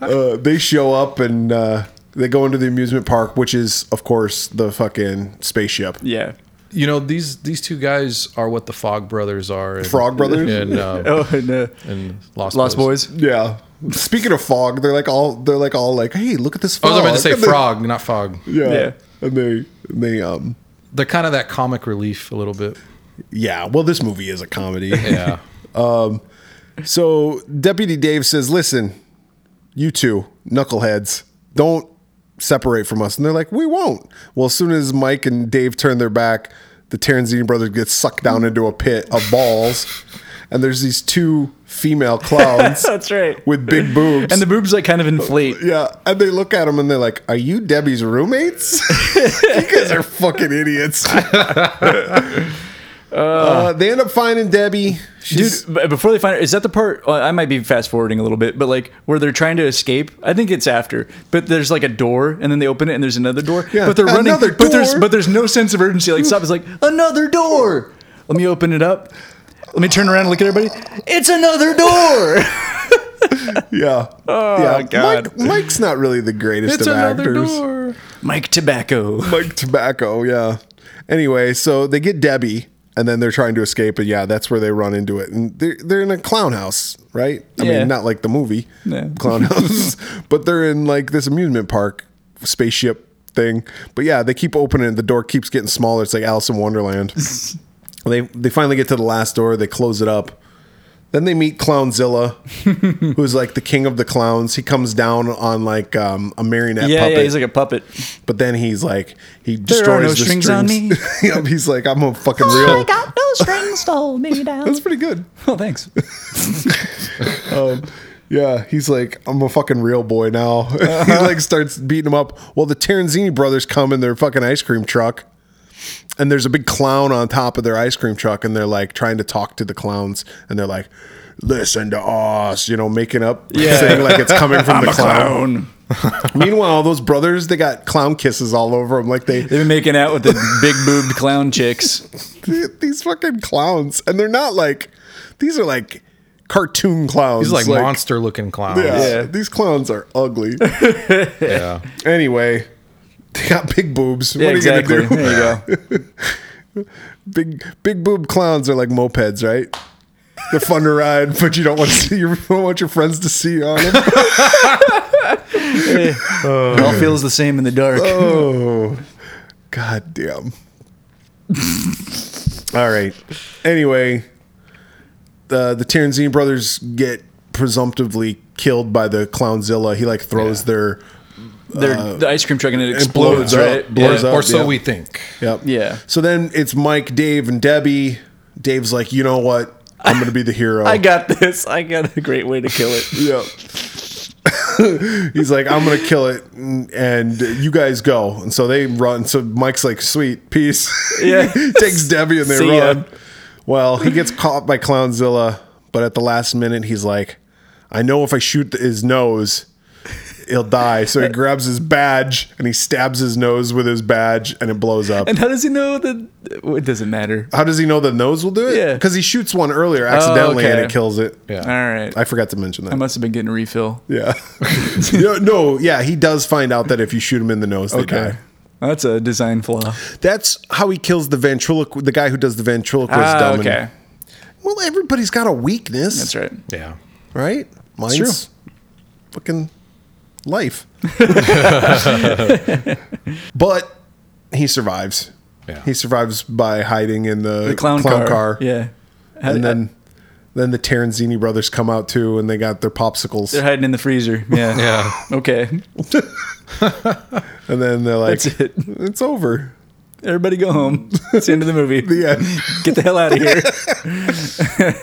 [SPEAKER 2] uh, they show up and uh, they go into the amusement park, which is of course the fucking spaceship.
[SPEAKER 1] Yeah.
[SPEAKER 3] you know these these two guys are what the Fog brothers are. And,
[SPEAKER 2] Frog Brothers?
[SPEAKER 3] and, uh,
[SPEAKER 1] Oh no.
[SPEAKER 3] and Lost,
[SPEAKER 1] Lost Boys.
[SPEAKER 2] Yeah. Speaking of fog, they're like all they're like all like, hey, look at this
[SPEAKER 3] I
[SPEAKER 2] fog.
[SPEAKER 3] was about to say
[SPEAKER 2] And they-
[SPEAKER 3] Frog, not Fog.
[SPEAKER 2] Yeah.
[SPEAKER 1] Yeah.
[SPEAKER 2] And they and they um
[SPEAKER 3] They're kind of that comic relief a little bit.
[SPEAKER 2] yeah. Well, this movie is a comedy. Um,
[SPEAKER 3] Yeah.
[SPEAKER 2] So Deputy Dave says, "Listen, you two knuckleheads, don't separate from us." And they're like, "We won't." Well, as soon as Mike and Dave turn their back, the Terenzini brothers get sucked down into a pit of balls, and there's these two female clowns
[SPEAKER 1] That's right.
[SPEAKER 2] with big boobs.
[SPEAKER 1] And the boobs like kind of inflate.
[SPEAKER 2] yeah, and they look at him and they're like, "Are you Debbie's roommates? you guys are fucking idiots." Uh, they end up finding Debbie.
[SPEAKER 1] Dude,
[SPEAKER 2] She's,
[SPEAKER 1] b- before they find her, is that the part? Well, I might be fast forwarding a little bit, but like where they're trying to escape. I think it's after, but there's like a door, and then they open it, and there's another door.
[SPEAKER 2] Yeah,
[SPEAKER 1] but they're running.
[SPEAKER 2] another
[SPEAKER 1] But there's
[SPEAKER 2] door.
[SPEAKER 1] but there's no sense of urgency. Like stop is like another door. Let me open it up. Let me turn around and look at everybody. It's another door.
[SPEAKER 2] Yeah. yeah.
[SPEAKER 1] God.
[SPEAKER 2] Mike, Mike's not really the greatest
[SPEAKER 3] it's
[SPEAKER 2] of
[SPEAKER 3] another
[SPEAKER 2] actors.
[SPEAKER 3] door.
[SPEAKER 1] Mike Tobacco.
[SPEAKER 2] Mike Tobacco, yeah. Anyway, so they get Debbie and then they're trying to escape, and yeah, that's where they run into it. And they're, they're in a clown house, right? I
[SPEAKER 1] Yeah.
[SPEAKER 2] mean, not like the movie
[SPEAKER 1] No.
[SPEAKER 2] clown house, but they're in like this amusement park spaceship thing. But yeah, they keep opening it. The door keeps getting smaller. It's like Alice in Wonderland. They they finally get to the last door. They close it up. Then they meet Clownzilla, who's like the king of the clowns. He comes down on like um, a marionette
[SPEAKER 4] Yeah,
[SPEAKER 2] puppet,
[SPEAKER 4] yeah, he's like a puppet.
[SPEAKER 2] but then he's like he
[SPEAKER 1] are
[SPEAKER 2] destroys
[SPEAKER 1] no
[SPEAKER 2] the strings.
[SPEAKER 1] strings on
[SPEAKER 2] Yep, he's like I'm a fucking real.
[SPEAKER 5] got no strings holding me down.
[SPEAKER 2] That's pretty good. Um,
[SPEAKER 1] Oh, thanks.
[SPEAKER 2] Yeah, he's like, I'm a fucking real boy now. he
[SPEAKER 1] Uh-huh.
[SPEAKER 2] like starts beating him up. Well, the Terenzini brothers come in their fucking ice cream truck, and there's a big clown on top of their ice cream truck, and they're like trying to talk to the clowns, and they're like, "Listen to us," you know, making up,
[SPEAKER 4] Yeah.
[SPEAKER 2] saying like it's coming from the
[SPEAKER 1] a
[SPEAKER 2] clown. Meanwhile, those brothers, they got clown kisses all over them, like they
[SPEAKER 4] They've been making out with the big boobed clown chicks.
[SPEAKER 2] these fucking clowns, and they're not like these are like cartoon clowns.
[SPEAKER 3] He's like, monster looking clowns.
[SPEAKER 2] Yeah,
[SPEAKER 4] Yeah.
[SPEAKER 2] these clowns are ugly.
[SPEAKER 3] yeah.
[SPEAKER 2] Anyway, they got big boobs.
[SPEAKER 4] Yeah,
[SPEAKER 2] what are
[SPEAKER 4] exactly.
[SPEAKER 2] you gonna do?
[SPEAKER 4] There you go.
[SPEAKER 2] Big big boob clowns are like mopeds, right? They're fun to ride, but you don't want to see your, don't want your friends to see you on them.
[SPEAKER 4] It all feels the same in the dark.
[SPEAKER 2] Oh, god damn. All right. Anyway, the the Terenzini brothers get presumptively killed by the clownzilla. He like throws their
[SPEAKER 4] Their the ice cream truck and it
[SPEAKER 2] uh, blows
[SPEAKER 4] explodes,
[SPEAKER 2] up,
[SPEAKER 4] right?
[SPEAKER 2] blows
[SPEAKER 4] yeah.
[SPEAKER 2] up.
[SPEAKER 3] Or so
[SPEAKER 2] yeah.
[SPEAKER 3] we think.
[SPEAKER 2] Yep.
[SPEAKER 4] Yeah.
[SPEAKER 2] So then it's Mike, Dave, and Debbie. Dave's like, you know what? I'm gonna be the hero.
[SPEAKER 4] I got this. I got a great way to kill it.
[SPEAKER 2] Yep. He's like, I'm gonna kill it, and and you guys go. And so they run. So Mike's like, sweet, peace.
[SPEAKER 4] Yeah.
[SPEAKER 2] Takes Debbie and they
[SPEAKER 4] See ya.
[SPEAKER 2] run. Well, he gets caught by Clownzilla, but at the last minute, he's like, I know if I shoot his nose, he'll die. So he grabs his badge and he stabs his nose with his badge, and it blows up.
[SPEAKER 4] And how does he know that? It doesn't matter.
[SPEAKER 2] How does he know the nose will do it?
[SPEAKER 4] Yeah.
[SPEAKER 2] because he shoots one earlier accidentally, and
[SPEAKER 4] okay.
[SPEAKER 2] it kills it.
[SPEAKER 3] Yeah.
[SPEAKER 4] All right.
[SPEAKER 2] I forgot to mention that.
[SPEAKER 4] I must have been getting a refill.
[SPEAKER 2] Yeah. no, no, yeah, he does find out that if you shoot him in the nose, they die.
[SPEAKER 4] That's a design flaw.
[SPEAKER 2] That's how he kills the ventriloquist, the guy who does the ventriloquist
[SPEAKER 4] Ah,
[SPEAKER 2] dummy.
[SPEAKER 4] okay.
[SPEAKER 2] Well, everybody's got a weakness,
[SPEAKER 4] That's right.
[SPEAKER 3] Yeah.
[SPEAKER 2] right? Mine's
[SPEAKER 4] true.
[SPEAKER 2] fucking life. but he survives.
[SPEAKER 3] Yeah.
[SPEAKER 2] He survives by hiding in the,
[SPEAKER 4] The clown, car. Yeah. How-
[SPEAKER 2] And then then the Terenzini brothers come out too and they got their popsicles.
[SPEAKER 4] they're hiding in the freezer. Yeah.
[SPEAKER 3] Yeah.
[SPEAKER 4] Okay.
[SPEAKER 2] And then they're like
[SPEAKER 4] That's it.
[SPEAKER 2] it's over.
[SPEAKER 4] Everybody go home. It's the end of the movie.
[SPEAKER 2] Yeah.
[SPEAKER 4] Get the hell out of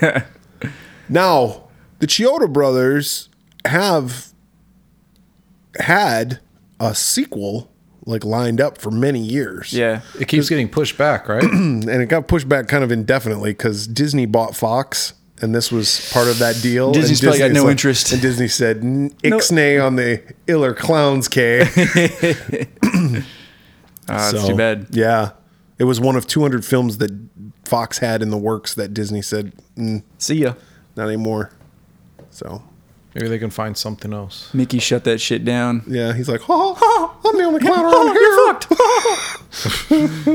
[SPEAKER 4] here.
[SPEAKER 2] Now, the Chioda brothers have had a sequel like lined up for many years.
[SPEAKER 4] Yeah.
[SPEAKER 3] It keeps getting pushed back, right?
[SPEAKER 2] And it got pushed back kind of indefinitely because Disney bought Fox and this was part of that deal. And
[SPEAKER 4] Disney's probably got
[SPEAKER 2] Disney's
[SPEAKER 4] no interest.
[SPEAKER 2] And Disney said, "N- Ixnay on the Iller Clowns K.
[SPEAKER 4] Ah, that's too bad.
[SPEAKER 2] Yeah. It was one of 200 films that Fox had in the works that Disney said, "Mm,
[SPEAKER 4] See ya.
[SPEAKER 2] not anymore. So,
[SPEAKER 3] Maybe they can find something else.
[SPEAKER 4] Mickey shut that shit down.
[SPEAKER 2] yeah, he's like, oh, oh, I'm the only clown around here.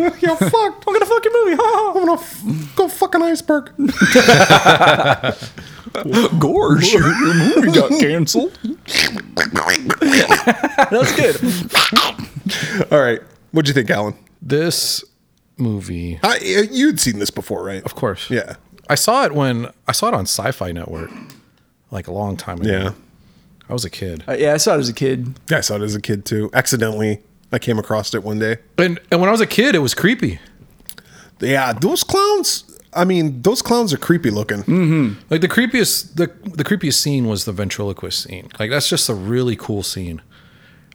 [SPEAKER 4] You're fucked.
[SPEAKER 2] You're fucked.
[SPEAKER 4] I'm gonna fuck your movie.
[SPEAKER 2] I'm gonna f- go fuck an iceberg.
[SPEAKER 4] Gorge, your movie got canceled. that was good.
[SPEAKER 2] All right. What'd you think, Alan?
[SPEAKER 3] This movie,
[SPEAKER 2] I, you'd seen this before, right?
[SPEAKER 3] of course.
[SPEAKER 2] Yeah.
[SPEAKER 3] I saw it when I saw it on Sci Fi Network like a long time ago.
[SPEAKER 2] Yeah.
[SPEAKER 3] I was a kid.
[SPEAKER 4] Uh, yeah, I saw it as a kid.
[SPEAKER 2] I saw it as a kid too. Accidentally, I came across it one day.
[SPEAKER 3] And, and when I was a kid, it was creepy.
[SPEAKER 2] Yeah, those clowns. I mean, those clowns are creepy looking.
[SPEAKER 3] Mm. Like the creepiest the the creepiest scene was the ventriloquist scene. Like that's just a really cool scene.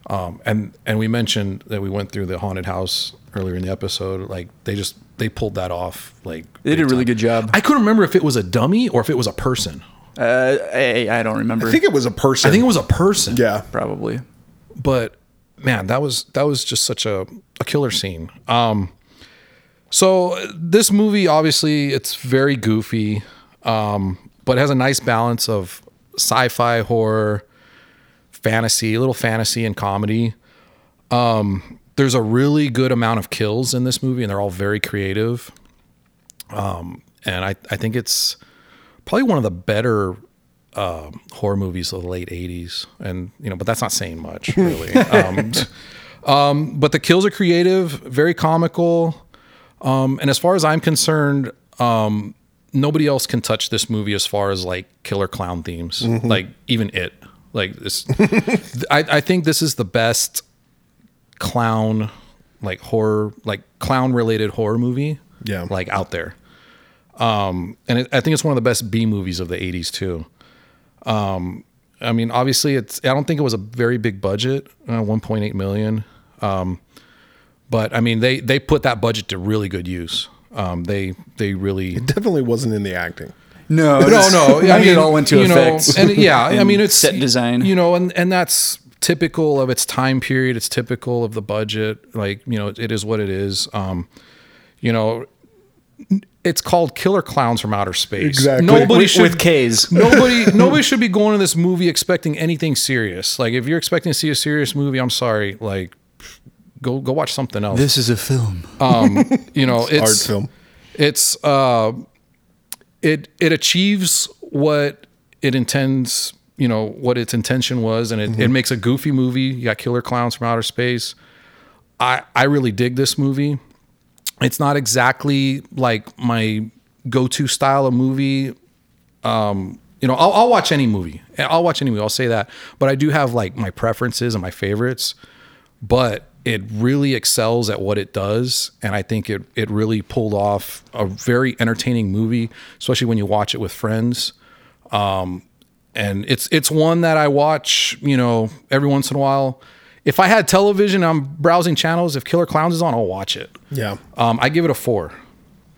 [SPEAKER 3] Um, and and we mentioned that we went through the haunted house earlier in the episode. Like they just they pulled that off. Like
[SPEAKER 4] They did a really good job.
[SPEAKER 3] I couldn't remember if it was a dummy or if it was a person.
[SPEAKER 4] Uh, I, I don't remember.
[SPEAKER 2] I think it was a person.
[SPEAKER 3] I think it was a person.
[SPEAKER 2] Yeah.
[SPEAKER 4] probably.
[SPEAKER 3] but man, that was that was just such a, a killer scene. Um, so this movie, obviously, it's very goofy, um, but it has a nice balance of sci-fi, horror, fantasy, a little fantasy and comedy. Um, there's a really good amount of kills in this movie, and they're all very creative. Um, and I, I think it's probably one of the better horror movies of the late 80s and you know but that's not saying much really um, um, but the kills are creative very comical um, and as far as i'm concerned nobody else can touch this movie as far as like killer clown themes like even it like this I, I think this is the best clown like horror like clown related horror movie
[SPEAKER 2] Yeah.
[SPEAKER 3] like out there um and it, i think it's one of the best b movies of the 80s too um i mean obviously it's i don't think it was a very big budget uh, 1.8 million Um, but i mean they they put that budget to really good use um they they really
[SPEAKER 2] Definitely wasn't in the acting.
[SPEAKER 1] No,
[SPEAKER 3] no, no.
[SPEAKER 1] I mean, it all went to
[SPEAKER 3] you know,
[SPEAKER 1] effects.
[SPEAKER 3] and yeah, I
[SPEAKER 1] and
[SPEAKER 3] mean, it's
[SPEAKER 1] set design.
[SPEAKER 3] You know, and and that's typical of its time period. It's typical of the budget. Like you know, it is what it is. Um, you know, it's called Killer Clowns from Outer Space.
[SPEAKER 2] Exactly.
[SPEAKER 3] Nobody
[SPEAKER 1] with,
[SPEAKER 3] should
[SPEAKER 1] with K's.
[SPEAKER 3] nobody nobody should be going to this movie expecting anything serious. Like if you're expecting to see a serious movie, I'm sorry. Like go go watch something else. Um,
[SPEAKER 6] This is a film.
[SPEAKER 3] you know, it's
[SPEAKER 2] Art film.
[SPEAKER 3] it's uh it it achieves what it intends you know what its intention was and it,
[SPEAKER 6] Mm-hmm.
[SPEAKER 3] it makes a goofy movie you got killer clowns from outer space i i really dig this movie it's not exactly like my go-to style of movie um you know i'll, I'll watch any movie i'll watch any movie i'll say that but i do have like my preferences and my favorites but it really excels at what it does and i think it, it really pulled off a very entertaining movie especially when you watch it with friends um, and it's it's one that i watch you know every once in a while if i had television i'm browsing channels if killer clowns is on i'll watch it
[SPEAKER 2] Yeah.
[SPEAKER 3] um, i give it a four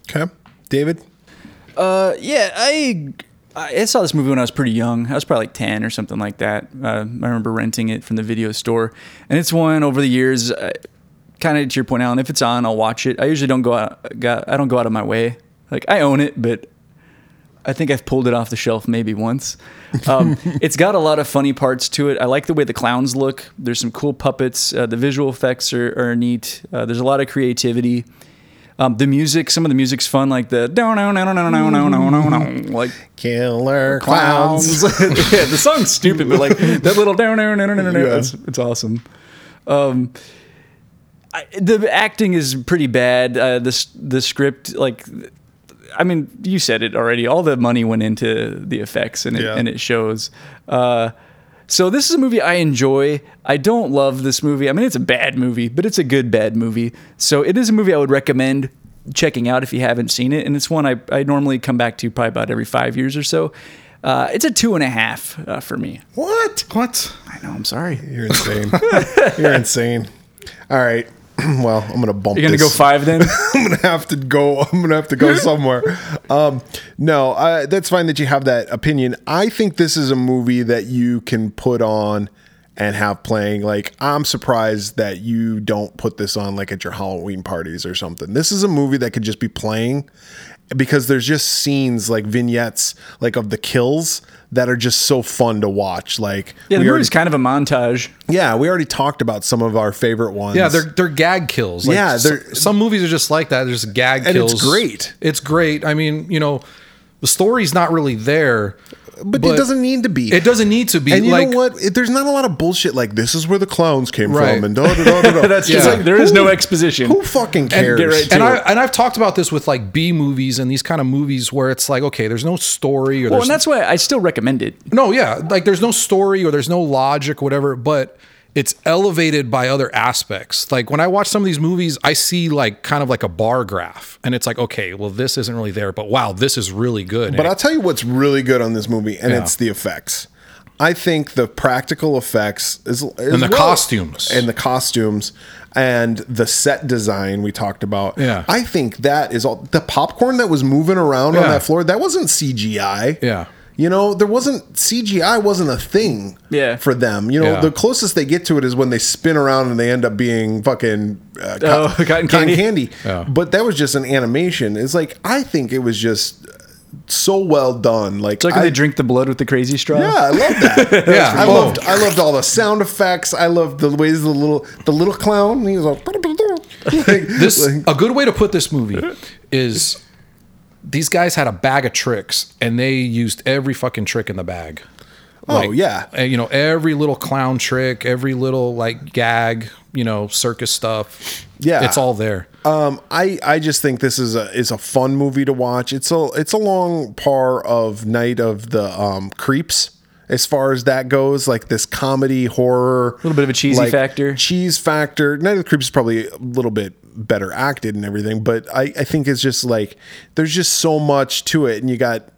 [SPEAKER 2] Okay. David?
[SPEAKER 1] Yeah, I I saw this movie when I was pretty young. I was probably like ten or something like that. Uh, I remember renting it from the video store, and it's one over the years. Uh, kind of to your point, Alan. If it's on, I'll watch it. I usually don't go out. Got, I don't go out of my way. Like I own it, but I think I've pulled it off the shelf maybe once. Um, it's got a lot of funny parts to it. I like the way the clowns look. There's some cool puppets. Uh, the visual effects are, are neat. Uh, there's a lot of creativity. Um, the music, some of the music's fun, like the no no no no no no no no no no like
[SPEAKER 2] Killer
[SPEAKER 1] clowns. yeah, the song's stupid, but like that little down no no no no no,
[SPEAKER 2] Yeah.
[SPEAKER 1] it's, it's awesome. Um, I, the acting is pretty bad. Uh, the s- the script, like, I mean, you said it already. All the money went into the effects, and it
[SPEAKER 2] Yeah.
[SPEAKER 1] and it shows. Uh, so this is a movie I enjoy. I don't love this movie. I mean, it's a bad movie, but it's a good bad movie. So it is a movie I would recommend checking out if you haven't seen it. And it's one I, I normally come back to probably about every five years or so. Uh, it's a two and a half uh, for me.
[SPEAKER 2] What?
[SPEAKER 3] what
[SPEAKER 1] I know. I'm sorry.
[SPEAKER 2] You're insane. You're insane. All right. Well, I'm gonna bump.
[SPEAKER 1] You're gonna go
[SPEAKER 2] this.
[SPEAKER 1] five then.
[SPEAKER 2] I'm gonna have to go. I'm gonna have to go somewhere. Um, no, I, that's fine that you have that opinion. I think this is a movie that you can put on and have playing. Like, I'm surprised that you don't put this on like at your Halloween parties or something. This is a movie that could just be playing because there's just scenes like vignettes like of the kills that are just so fun to watch. Like,
[SPEAKER 1] Yeah, the
[SPEAKER 2] we already,
[SPEAKER 1] movie's kind of a montage.
[SPEAKER 2] yeah, we already talked about some of our favorite ones.
[SPEAKER 3] yeah, they're they're gag kills. Like,
[SPEAKER 2] Yeah,
[SPEAKER 3] s-
[SPEAKER 2] they're-
[SPEAKER 3] some movies are just like that. There's gag
[SPEAKER 2] And it's
[SPEAKER 3] kills.
[SPEAKER 2] great.
[SPEAKER 3] It's great. I mean, you know, the story's not really there,
[SPEAKER 2] but, it doesn't need to be.
[SPEAKER 3] It doesn't need to be.
[SPEAKER 2] And you
[SPEAKER 3] like,
[SPEAKER 2] know what? It- There's not a lot of bullshit like this is where the clowns came
[SPEAKER 3] Right.
[SPEAKER 2] from and da da da da. da. It's
[SPEAKER 1] That's just
[SPEAKER 3] Yeah.
[SPEAKER 1] like there is no
[SPEAKER 2] who-
[SPEAKER 1] exposition.
[SPEAKER 2] Who fucking cares?
[SPEAKER 1] get right to
[SPEAKER 3] and I
[SPEAKER 1] it.
[SPEAKER 3] and I've talked about this with like B movies and these kind of movies where it's like okay, there's no story or
[SPEAKER 1] Well,
[SPEAKER 3] there's
[SPEAKER 1] and that's why I still recommend it.
[SPEAKER 3] no yeah, like there's no story or there's no logic whatever, but it's elevated by other aspects. Like when I watch some of these movies, I see like kind of like a bar graph, and it's like okay, well this isn't really there, but wow, this is really good.
[SPEAKER 2] But I'll tell you what's really good on this movie, and
[SPEAKER 3] Yeah.
[SPEAKER 2] it's the effects. I think the practical effects is, is
[SPEAKER 3] And the costumes.
[SPEAKER 2] and the costumes and the set design we talked about.
[SPEAKER 3] Yeah.
[SPEAKER 2] I think that is all the popcorn that was moving around on
[SPEAKER 3] Yeah.
[SPEAKER 2] that floor. That wasn't CGI.
[SPEAKER 3] Yeah.
[SPEAKER 2] you know there wasn't CGI wasn't a thing.
[SPEAKER 1] Yeah.
[SPEAKER 2] for them. You know
[SPEAKER 3] Yeah.
[SPEAKER 2] the closest they get to it is when they spin around and they end up being fucking uh,
[SPEAKER 1] Oh, cotton candy.
[SPEAKER 2] candy. But that was just an animation. It's like I think it was just so well done. Like,
[SPEAKER 1] It's like when
[SPEAKER 2] I,
[SPEAKER 1] they drink the blood with the crazy straw.
[SPEAKER 2] yeah, I love that.
[SPEAKER 3] Yeah.
[SPEAKER 2] I
[SPEAKER 3] Oh.
[SPEAKER 2] loved I loved all the sound effects. I loved the ways the little the little clown. He was like,
[SPEAKER 3] this a good way to put this movie is these guys had a bag of tricks and they used every fucking trick in the bag.
[SPEAKER 2] Oh, yeah.
[SPEAKER 3] uh, you know every little clown trick, every little like gag, you know circus stuff.
[SPEAKER 2] Yeah.
[SPEAKER 3] it's all there.
[SPEAKER 2] Um, I I just think this is a is a fun movie to watch. It's a it's along par of Night of the um, Creeps as far as that goes. Like this comedy horror, a
[SPEAKER 1] Little bit of a cheesy factor.
[SPEAKER 2] cheese factor. Night of the Creeps is probably a little bit better acted and everything, but I I think it's just like there's just so much to it, and you got.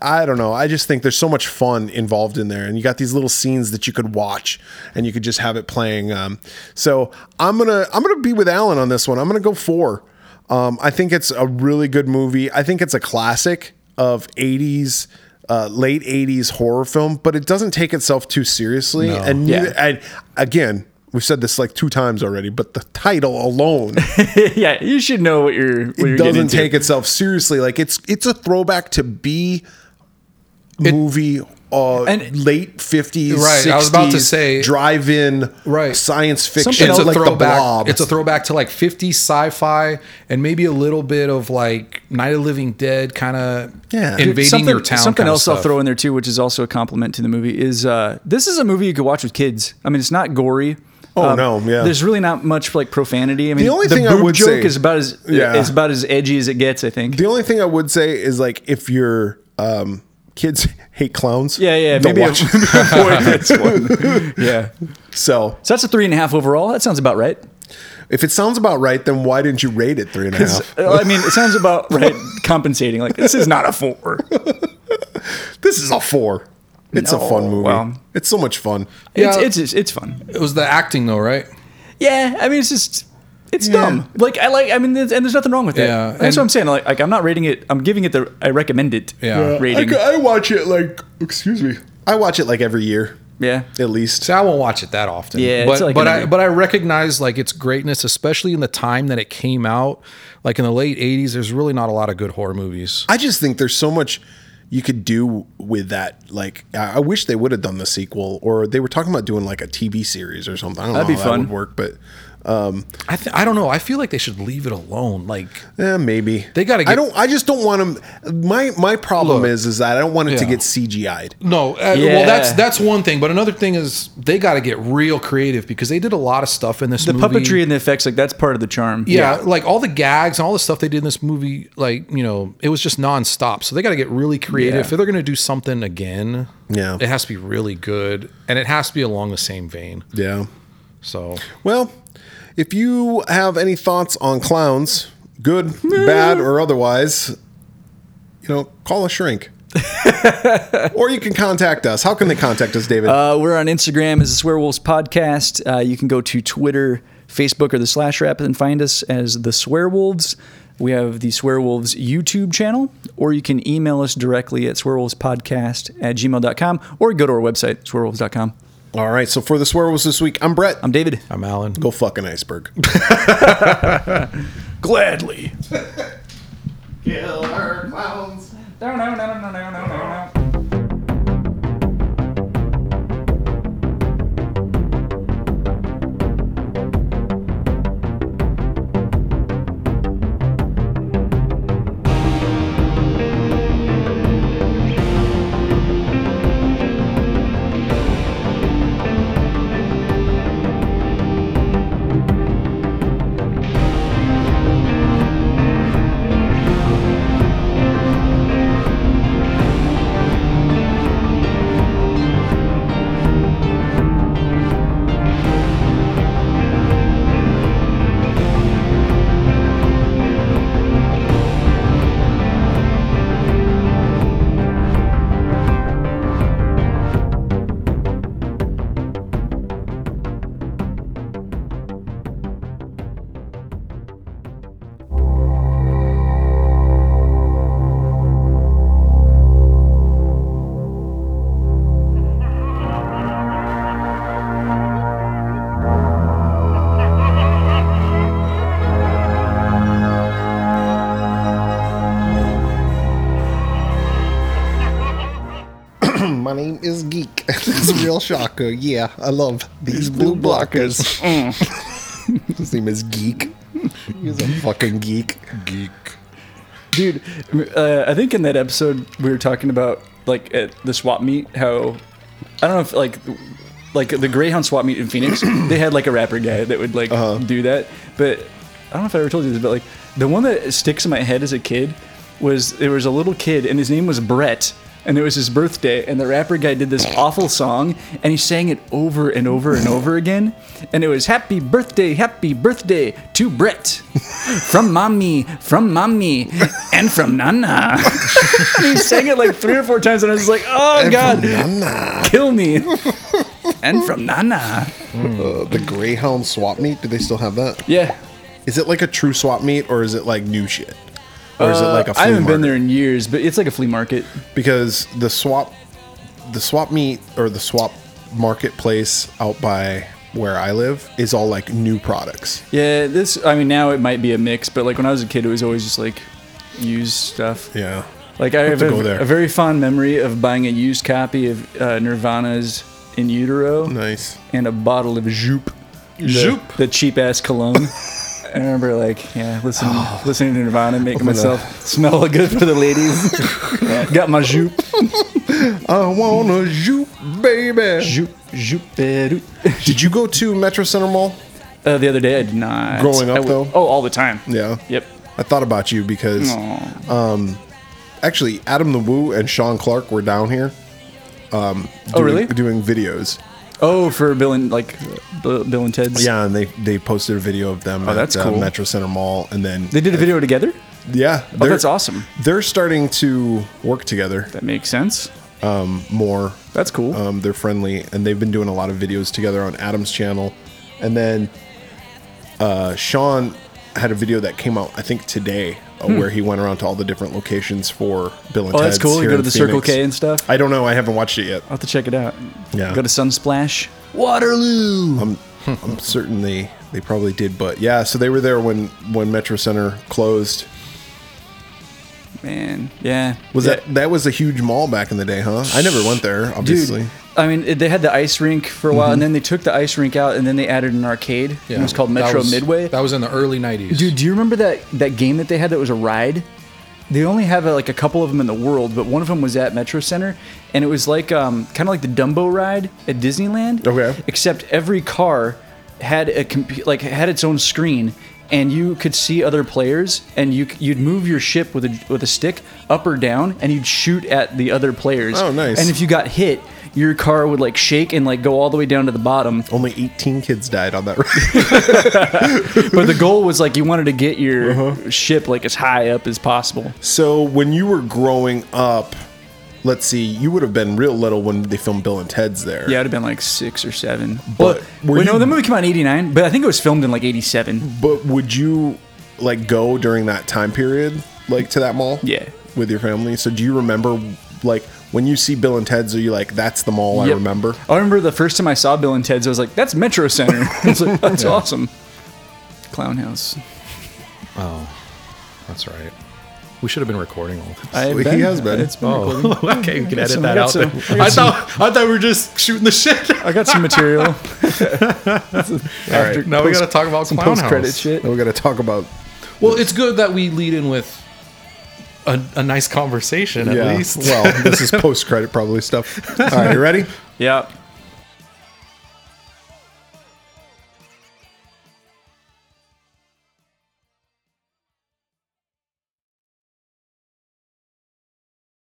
[SPEAKER 2] I don't know. I just think there's so much fun involved in there, and you got these little scenes that you could watch, and you could just have it playing. Um, so I'm gonna I'm gonna be with Alan on this one. I'm gonna go four. Um, I think it's a really good movie. I think it's a classic of 80s, uh, late 80s horror film, but it doesn't take itself too seriously. And, neither, and again, we've said this like two times already, but the title alone
[SPEAKER 1] yeah, you should know what you're. What you're
[SPEAKER 2] it
[SPEAKER 1] getting
[SPEAKER 2] doesn't
[SPEAKER 1] into.
[SPEAKER 2] take itself seriously. Like it's it's a throwback to B movie. Uh,
[SPEAKER 1] And-
[SPEAKER 2] late fifties,
[SPEAKER 3] Right, I was about to say-
[SPEAKER 2] drive-in,
[SPEAKER 3] Right.
[SPEAKER 2] Science
[SPEAKER 3] Something
[SPEAKER 2] fiction,
[SPEAKER 3] it's a
[SPEAKER 2] like the
[SPEAKER 3] throwback.
[SPEAKER 2] Blob.
[SPEAKER 3] It's a throwback to like 50 sci-fi and maybe a little bit of like Night of the Living Dead kind of
[SPEAKER 2] Yeah.
[SPEAKER 3] invading
[SPEAKER 1] something,
[SPEAKER 3] your town.
[SPEAKER 1] Something
[SPEAKER 3] kinda
[SPEAKER 1] else I'll
[SPEAKER 3] stuff.
[SPEAKER 1] throw in there too, which is also a compliment to the movie, is uh, this is a movie you could watch with kids. I mean, it's not gory. Um,
[SPEAKER 2] Oh, no, yeah.
[SPEAKER 1] There's really not much like profanity. I mean, the
[SPEAKER 2] only thing I
[SPEAKER 1] boob
[SPEAKER 2] would
[SPEAKER 1] joke
[SPEAKER 2] say-
[SPEAKER 1] is about as
[SPEAKER 2] Yeah.
[SPEAKER 1] is about as edgy as it gets. I think.
[SPEAKER 2] The only thing I would say is like if your um, kids hate clowns,
[SPEAKER 1] yeah, yeah.
[SPEAKER 2] don't
[SPEAKER 1] Maybe
[SPEAKER 2] watch.
[SPEAKER 1] a- avoid this one. Yeah.
[SPEAKER 2] so
[SPEAKER 1] So that's a three and a half overall. That sounds about right.
[SPEAKER 2] if it sounds about right, then why didn't you rate it three and a half?
[SPEAKER 1] I mean, it sounds about right. compensating, like this is not a four.
[SPEAKER 2] This is a four. It's a
[SPEAKER 1] No,
[SPEAKER 2] fun movie.
[SPEAKER 1] well.
[SPEAKER 2] it's so much fun.
[SPEAKER 3] Yeah.
[SPEAKER 1] It's, it's it's fun.
[SPEAKER 3] It was the acting though, right?
[SPEAKER 1] Yeah, I mean, it's just it's dumb. Like I like, I mean, there's- and there's nothing wrong with that.
[SPEAKER 3] Yeah,
[SPEAKER 1] that's what
[SPEAKER 3] and-
[SPEAKER 1] I'm saying. Like, like I'm not rating it. I'm giving it the I recommend it.
[SPEAKER 3] Yeah. Yeah, I
[SPEAKER 1] rating.
[SPEAKER 2] I, I watch it like excuse me. I watch it like every year
[SPEAKER 1] yeah,
[SPEAKER 2] at least.
[SPEAKER 3] So I won't watch it that often.
[SPEAKER 1] Yeah, it's
[SPEAKER 3] but
[SPEAKER 1] like
[SPEAKER 3] but
[SPEAKER 1] an
[SPEAKER 3] I
[SPEAKER 1] every-
[SPEAKER 3] but I recognize like its greatness, especially in the time that it came out. Like in the late '80s, there's really not a lot of good horror movies.
[SPEAKER 2] I just think there's so much you could do with that. Like, I I wish they would have done the sequel, or they were talking about doing like a TV series or something. I don't
[SPEAKER 1] That'd
[SPEAKER 2] know
[SPEAKER 1] be
[SPEAKER 2] how
[SPEAKER 1] fun.
[SPEAKER 2] that would work, but
[SPEAKER 3] I th- I don't know. I feel like they should leave it alone. Like
[SPEAKER 2] Yeah, eh, maybe
[SPEAKER 3] They gotta
[SPEAKER 2] I
[SPEAKER 3] get-
[SPEAKER 2] don't. I just don't want them. My my problem
[SPEAKER 3] Look.
[SPEAKER 2] is is that I don't want it to
[SPEAKER 3] Yeah.
[SPEAKER 2] get CGI'd.
[SPEAKER 3] no, uh,
[SPEAKER 1] Yeah.
[SPEAKER 3] well that's that's one thing. But another thing is they got to get real creative because they did a lot of stuff in this
[SPEAKER 1] the
[SPEAKER 3] movie.
[SPEAKER 1] puppetry and the effects, like that's part of the charm.
[SPEAKER 3] yeah, like all the gags and all the stuff they did in this movie, like you know, it was just nonstop. So they got to get really creative. If they're going to do something again,
[SPEAKER 2] Yeah.
[SPEAKER 3] it has to be really good, and it has to be along the same vein.
[SPEAKER 2] Yeah.
[SPEAKER 3] So
[SPEAKER 2] Well, if you have any thoughts on clowns, good, bad, or otherwise, you know, call a shrink. or you can contact us. How can they contact us, David?
[SPEAKER 1] Uh, we're on Instagram as the Swearwolves Podcast. Uh, you can go to Twitter, Facebook, or the Slash Rap and find us as the Swearwolves. We have the Swearwolves YouTube channel, or you can email us directly at swearwolvespodcast at gmail.com or go to our website, swearwolves.com.
[SPEAKER 2] All right. So for the swear was this week, I'm Brett.
[SPEAKER 1] I'm David.
[SPEAKER 3] I'm Alan.
[SPEAKER 2] Go fuck an iceberg.
[SPEAKER 1] Gladly.
[SPEAKER 2] Killer clowns.
[SPEAKER 1] No, no, no, no, no, no, no, no.
[SPEAKER 2] My name is Geek. That's a real shocker. Yeah, I love these blue blockers. His name is Geek. He's a fucking geek. Geek.
[SPEAKER 1] Dude, uh, I think in that episode we were talking about like at the swap meet how I don't know if like like the Greyhound swap meet in Phoenix, they had like a rapper guy that would like do that. But I don't know if I ever told you this, but like the one that sticks in my head as a kid was there was a little kid and his name was Brett. And it was his birthday, and the rapper guy did this awful song, and he sang it over and over and over again. And it was Happy Birthday, Happy Birthday to Brett. From mommy, from mommy, and from Nana. and he sang it like three or four times, and I was like, oh, God kill me. and from Nana.
[SPEAKER 2] Uh, the Greyhound swap meet. Do they still have that?
[SPEAKER 1] Yeah.
[SPEAKER 2] Is it like a true swap meet or is it like new shit? Or is it like a
[SPEAKER 1] Uh, I
[SPEAKER 2] flea
[SPEAKER 1] haven't been
[SPEAKER 2] market?
[SPEAKER 1] there in years, but it's like a flea market.
[SPEAKER 2] because the swap the swap meet or the swap marketplace out by where I live is all like new products.
[SPEAKER 1] Yeah, this, I mean, now it might be a mix, but like when I was a kid, it was always just like used stuff.
[SPEAKER 2] Yeah.
[SPEAKER 1] Like I have
[SPEAKER 2] to go
[SPEAKER 1] a,
[SPEAKER 2] there.
[SPEAKER 1] a very fond memory of buying a used copy of uh, Nirvana's In Utero
[SPEAKER 2] Nice.
[SPEAKER 1] and a bottle of Zoop. The,
[SPEAKER 3] Zoop.
[SPEAKER 1] The cheap ass cologne. Oh. I remember, like, yeah, listen, listening to Nirvana, making myself smell good for the ladies. Yeah, got my Zoop.
[SPEAKER 2] I wanna zoop, baby.
[SPEAKER 1] Zoop, Zoop, eh,
[SPEAKER 2] Did you go to Metro Center Mall?
[SPEAKER 1] Uh, the other day, I did not.
[SPEAKER 2] Growing up,
[SPEAKER 1] I w-
[SPEAKER 2] though?
[SPEAKER 1] Oh, all the time.
[SPEAKER 2] Yeah.
[SPEAKER 1] Yep. Oh,
[SPEAKER 2] I thought about you because actually Adam the Woo and Sean Clark were down here. Um,
[SPEAKER 1] Oh,
[SPEAKER 2] doing-
[SPEAKER 1] really?
[SPEAKER 2] Doing videos.
[SPEAKER 1] Oh, for Bill and like Bill, Bill and Ted's.
[SPEAKER 2] Yeah, and they they posted a video of them at
[SPEAKER 1] Oh, that's
[SPEAKER 2] uh,
[SPEAKER 1] cool.
[SPEAKER 2] Metro Center Mall, and then
[SPEAKER 1] They did a video together.
[SPEAKER 2] Yeah,
[SPEAKER 1] Oh,
[SPEAKER 2] they're-
[SPEAKER 1] that's awesome.
[SPEAKER 2] They're starting to work together
[SPEAKER 1] That makes sense.
[SPEAKER 2] more.
[SPEAKER 1] That's cool.
[SPEAKER 2] Um, they're friendly, and they've been doing a lot of videos together on Adam's channel. And then uh, Sean had a video that came out, I think, today, uh, where he went around to all the different locations for Bill and
[SPEAKER 1] Hmm. oh, that's
[SPEAKER 2] Ted's
[SPEAKER 1] cool. You
[SPEAKER 2] here
[SPEAKER 1] go
[SPEAKER 2] in
[SPEAKER 1] to the Circle
[SPEAKER 2] Phoenix.
[SPEAKER 1] K and stuff. I'll
[SPEAKER 2] I don't know. I haven't watched it yet.
[SPEAKER 1] have to check it out.
[SPEAKER 2] Yeah.
[SPEAKER 1] Go to Sunsplash.
[SPEAKER 2] Waterloo. I'm, I'm certain they, they probably did, but yeah. So they were there when when Metro Center closed.
[SPEAKER 1] Man. Yeah.
[SPEAKER 2] Was
[SPEAKER 1] Yeah.
[SPEAKER 2] that that was a huge mall back in the day, huh? I never went there, obviously.
[SPEAKER 1] Dude, I mean, it, they had the ice rink for a while, and then they took the ice rink out, and then they added an arcade.
[SPEAKER 3] Yeah.
[SPEAKER 1] It was called
[SPEAKER 3] That
[SPEAKER 1] Metro
[SPEAKER 3] was-
[SPEAKER 1] Midway.
[SPEAKER 3] That was in the early 90s.
[SPEAKER 1] Dude, do you remember that that game that they had that was a ride? They only have uh, like a couple of them in the world, but one of them was at Metro Center, and it was like um, kind of like the Dumbo ride at Disneyland.
[SPEAKER 2] Okay.
[SPEAKER 1] Except every car had a comp- like had its own screen, and you could see other players, and you c- you'd move your ship with a with a stick up or down, and you'd shoot at the other players.
[SPEAKER 2] Oh, nice.
[SPEAKER 1] And if you got hit, your car would like shake and like go all the way down to the bottom.
[SPEAKER 2] Only 18 kids died on that ride.
[SPEAKER 1] but the goal was like you wanted to get your ship like as high up as possible.
[SPEAKER 2] so when you were growing up, let's see, you would have been real little when they filmed Bill and Ted's there.
[SPEAKER 1] Yeah, it would have been like six or seven.
[SPEAKER 2] But
[SPEAKER 1] But
[SPEAKER 2] were
[SPEAKER 1] well, no,
[SPEAKER 2] you-
[SPEAKER 1] the movie came out in '89, but I think it was filmed in like '87.
[SPEAKER 2] But would you like go during that time period, like to that mall?
[SPEAKER 1] Yeah.
[SPEAKER 2] With your family. So do you remember like when you see Bill and Ted's, are you like, that's the mall I
[SPEAKER 1] Yep.
[SPEAKER 2] remember?
[SPEAKER 1] I remember the first time I saw Bill and Ted's, I was like, "That's Metro Center." I was like, "That's awesome." Clown House.
[SPEAKER 3] That's right. We should have been recording all this.
[SPEAKER 1] I've
[SPEAKER 2] He has been.
[SPEAKER 1] It's been recorded.
[SPEAKER 3] Oh, okay. We can edit
[SPEAKER 1] some-
[SPEAKER 3] that
[SPEAKER 1] I
[SPEAKER 3] out.
[SPEAKER 1] got
[SPEAKER 3] then.
[SPEAKER 1] some-
[SPEAKER 3] I thought I thought we were just shooting the shit.
[SPEAKER 1] I got some material.
[SPEAKER 3] All right, now we
[SPEAKER 2] post-
[SPEAKER 3] got to talk about some
[SPEAKER 1] Post credit shit.
[SPEAKER 2] Now we got to talk about.
[SPEAKER 3] Well, it's good that we lead in with a, a nice conversation at
[SPEAKER 2] yeah.
[SPEAKER 3] least.
[SPEAKER 2] Well, this is post credit probably stuff. All right, you ready?
[SPEAKER 1] Yeah.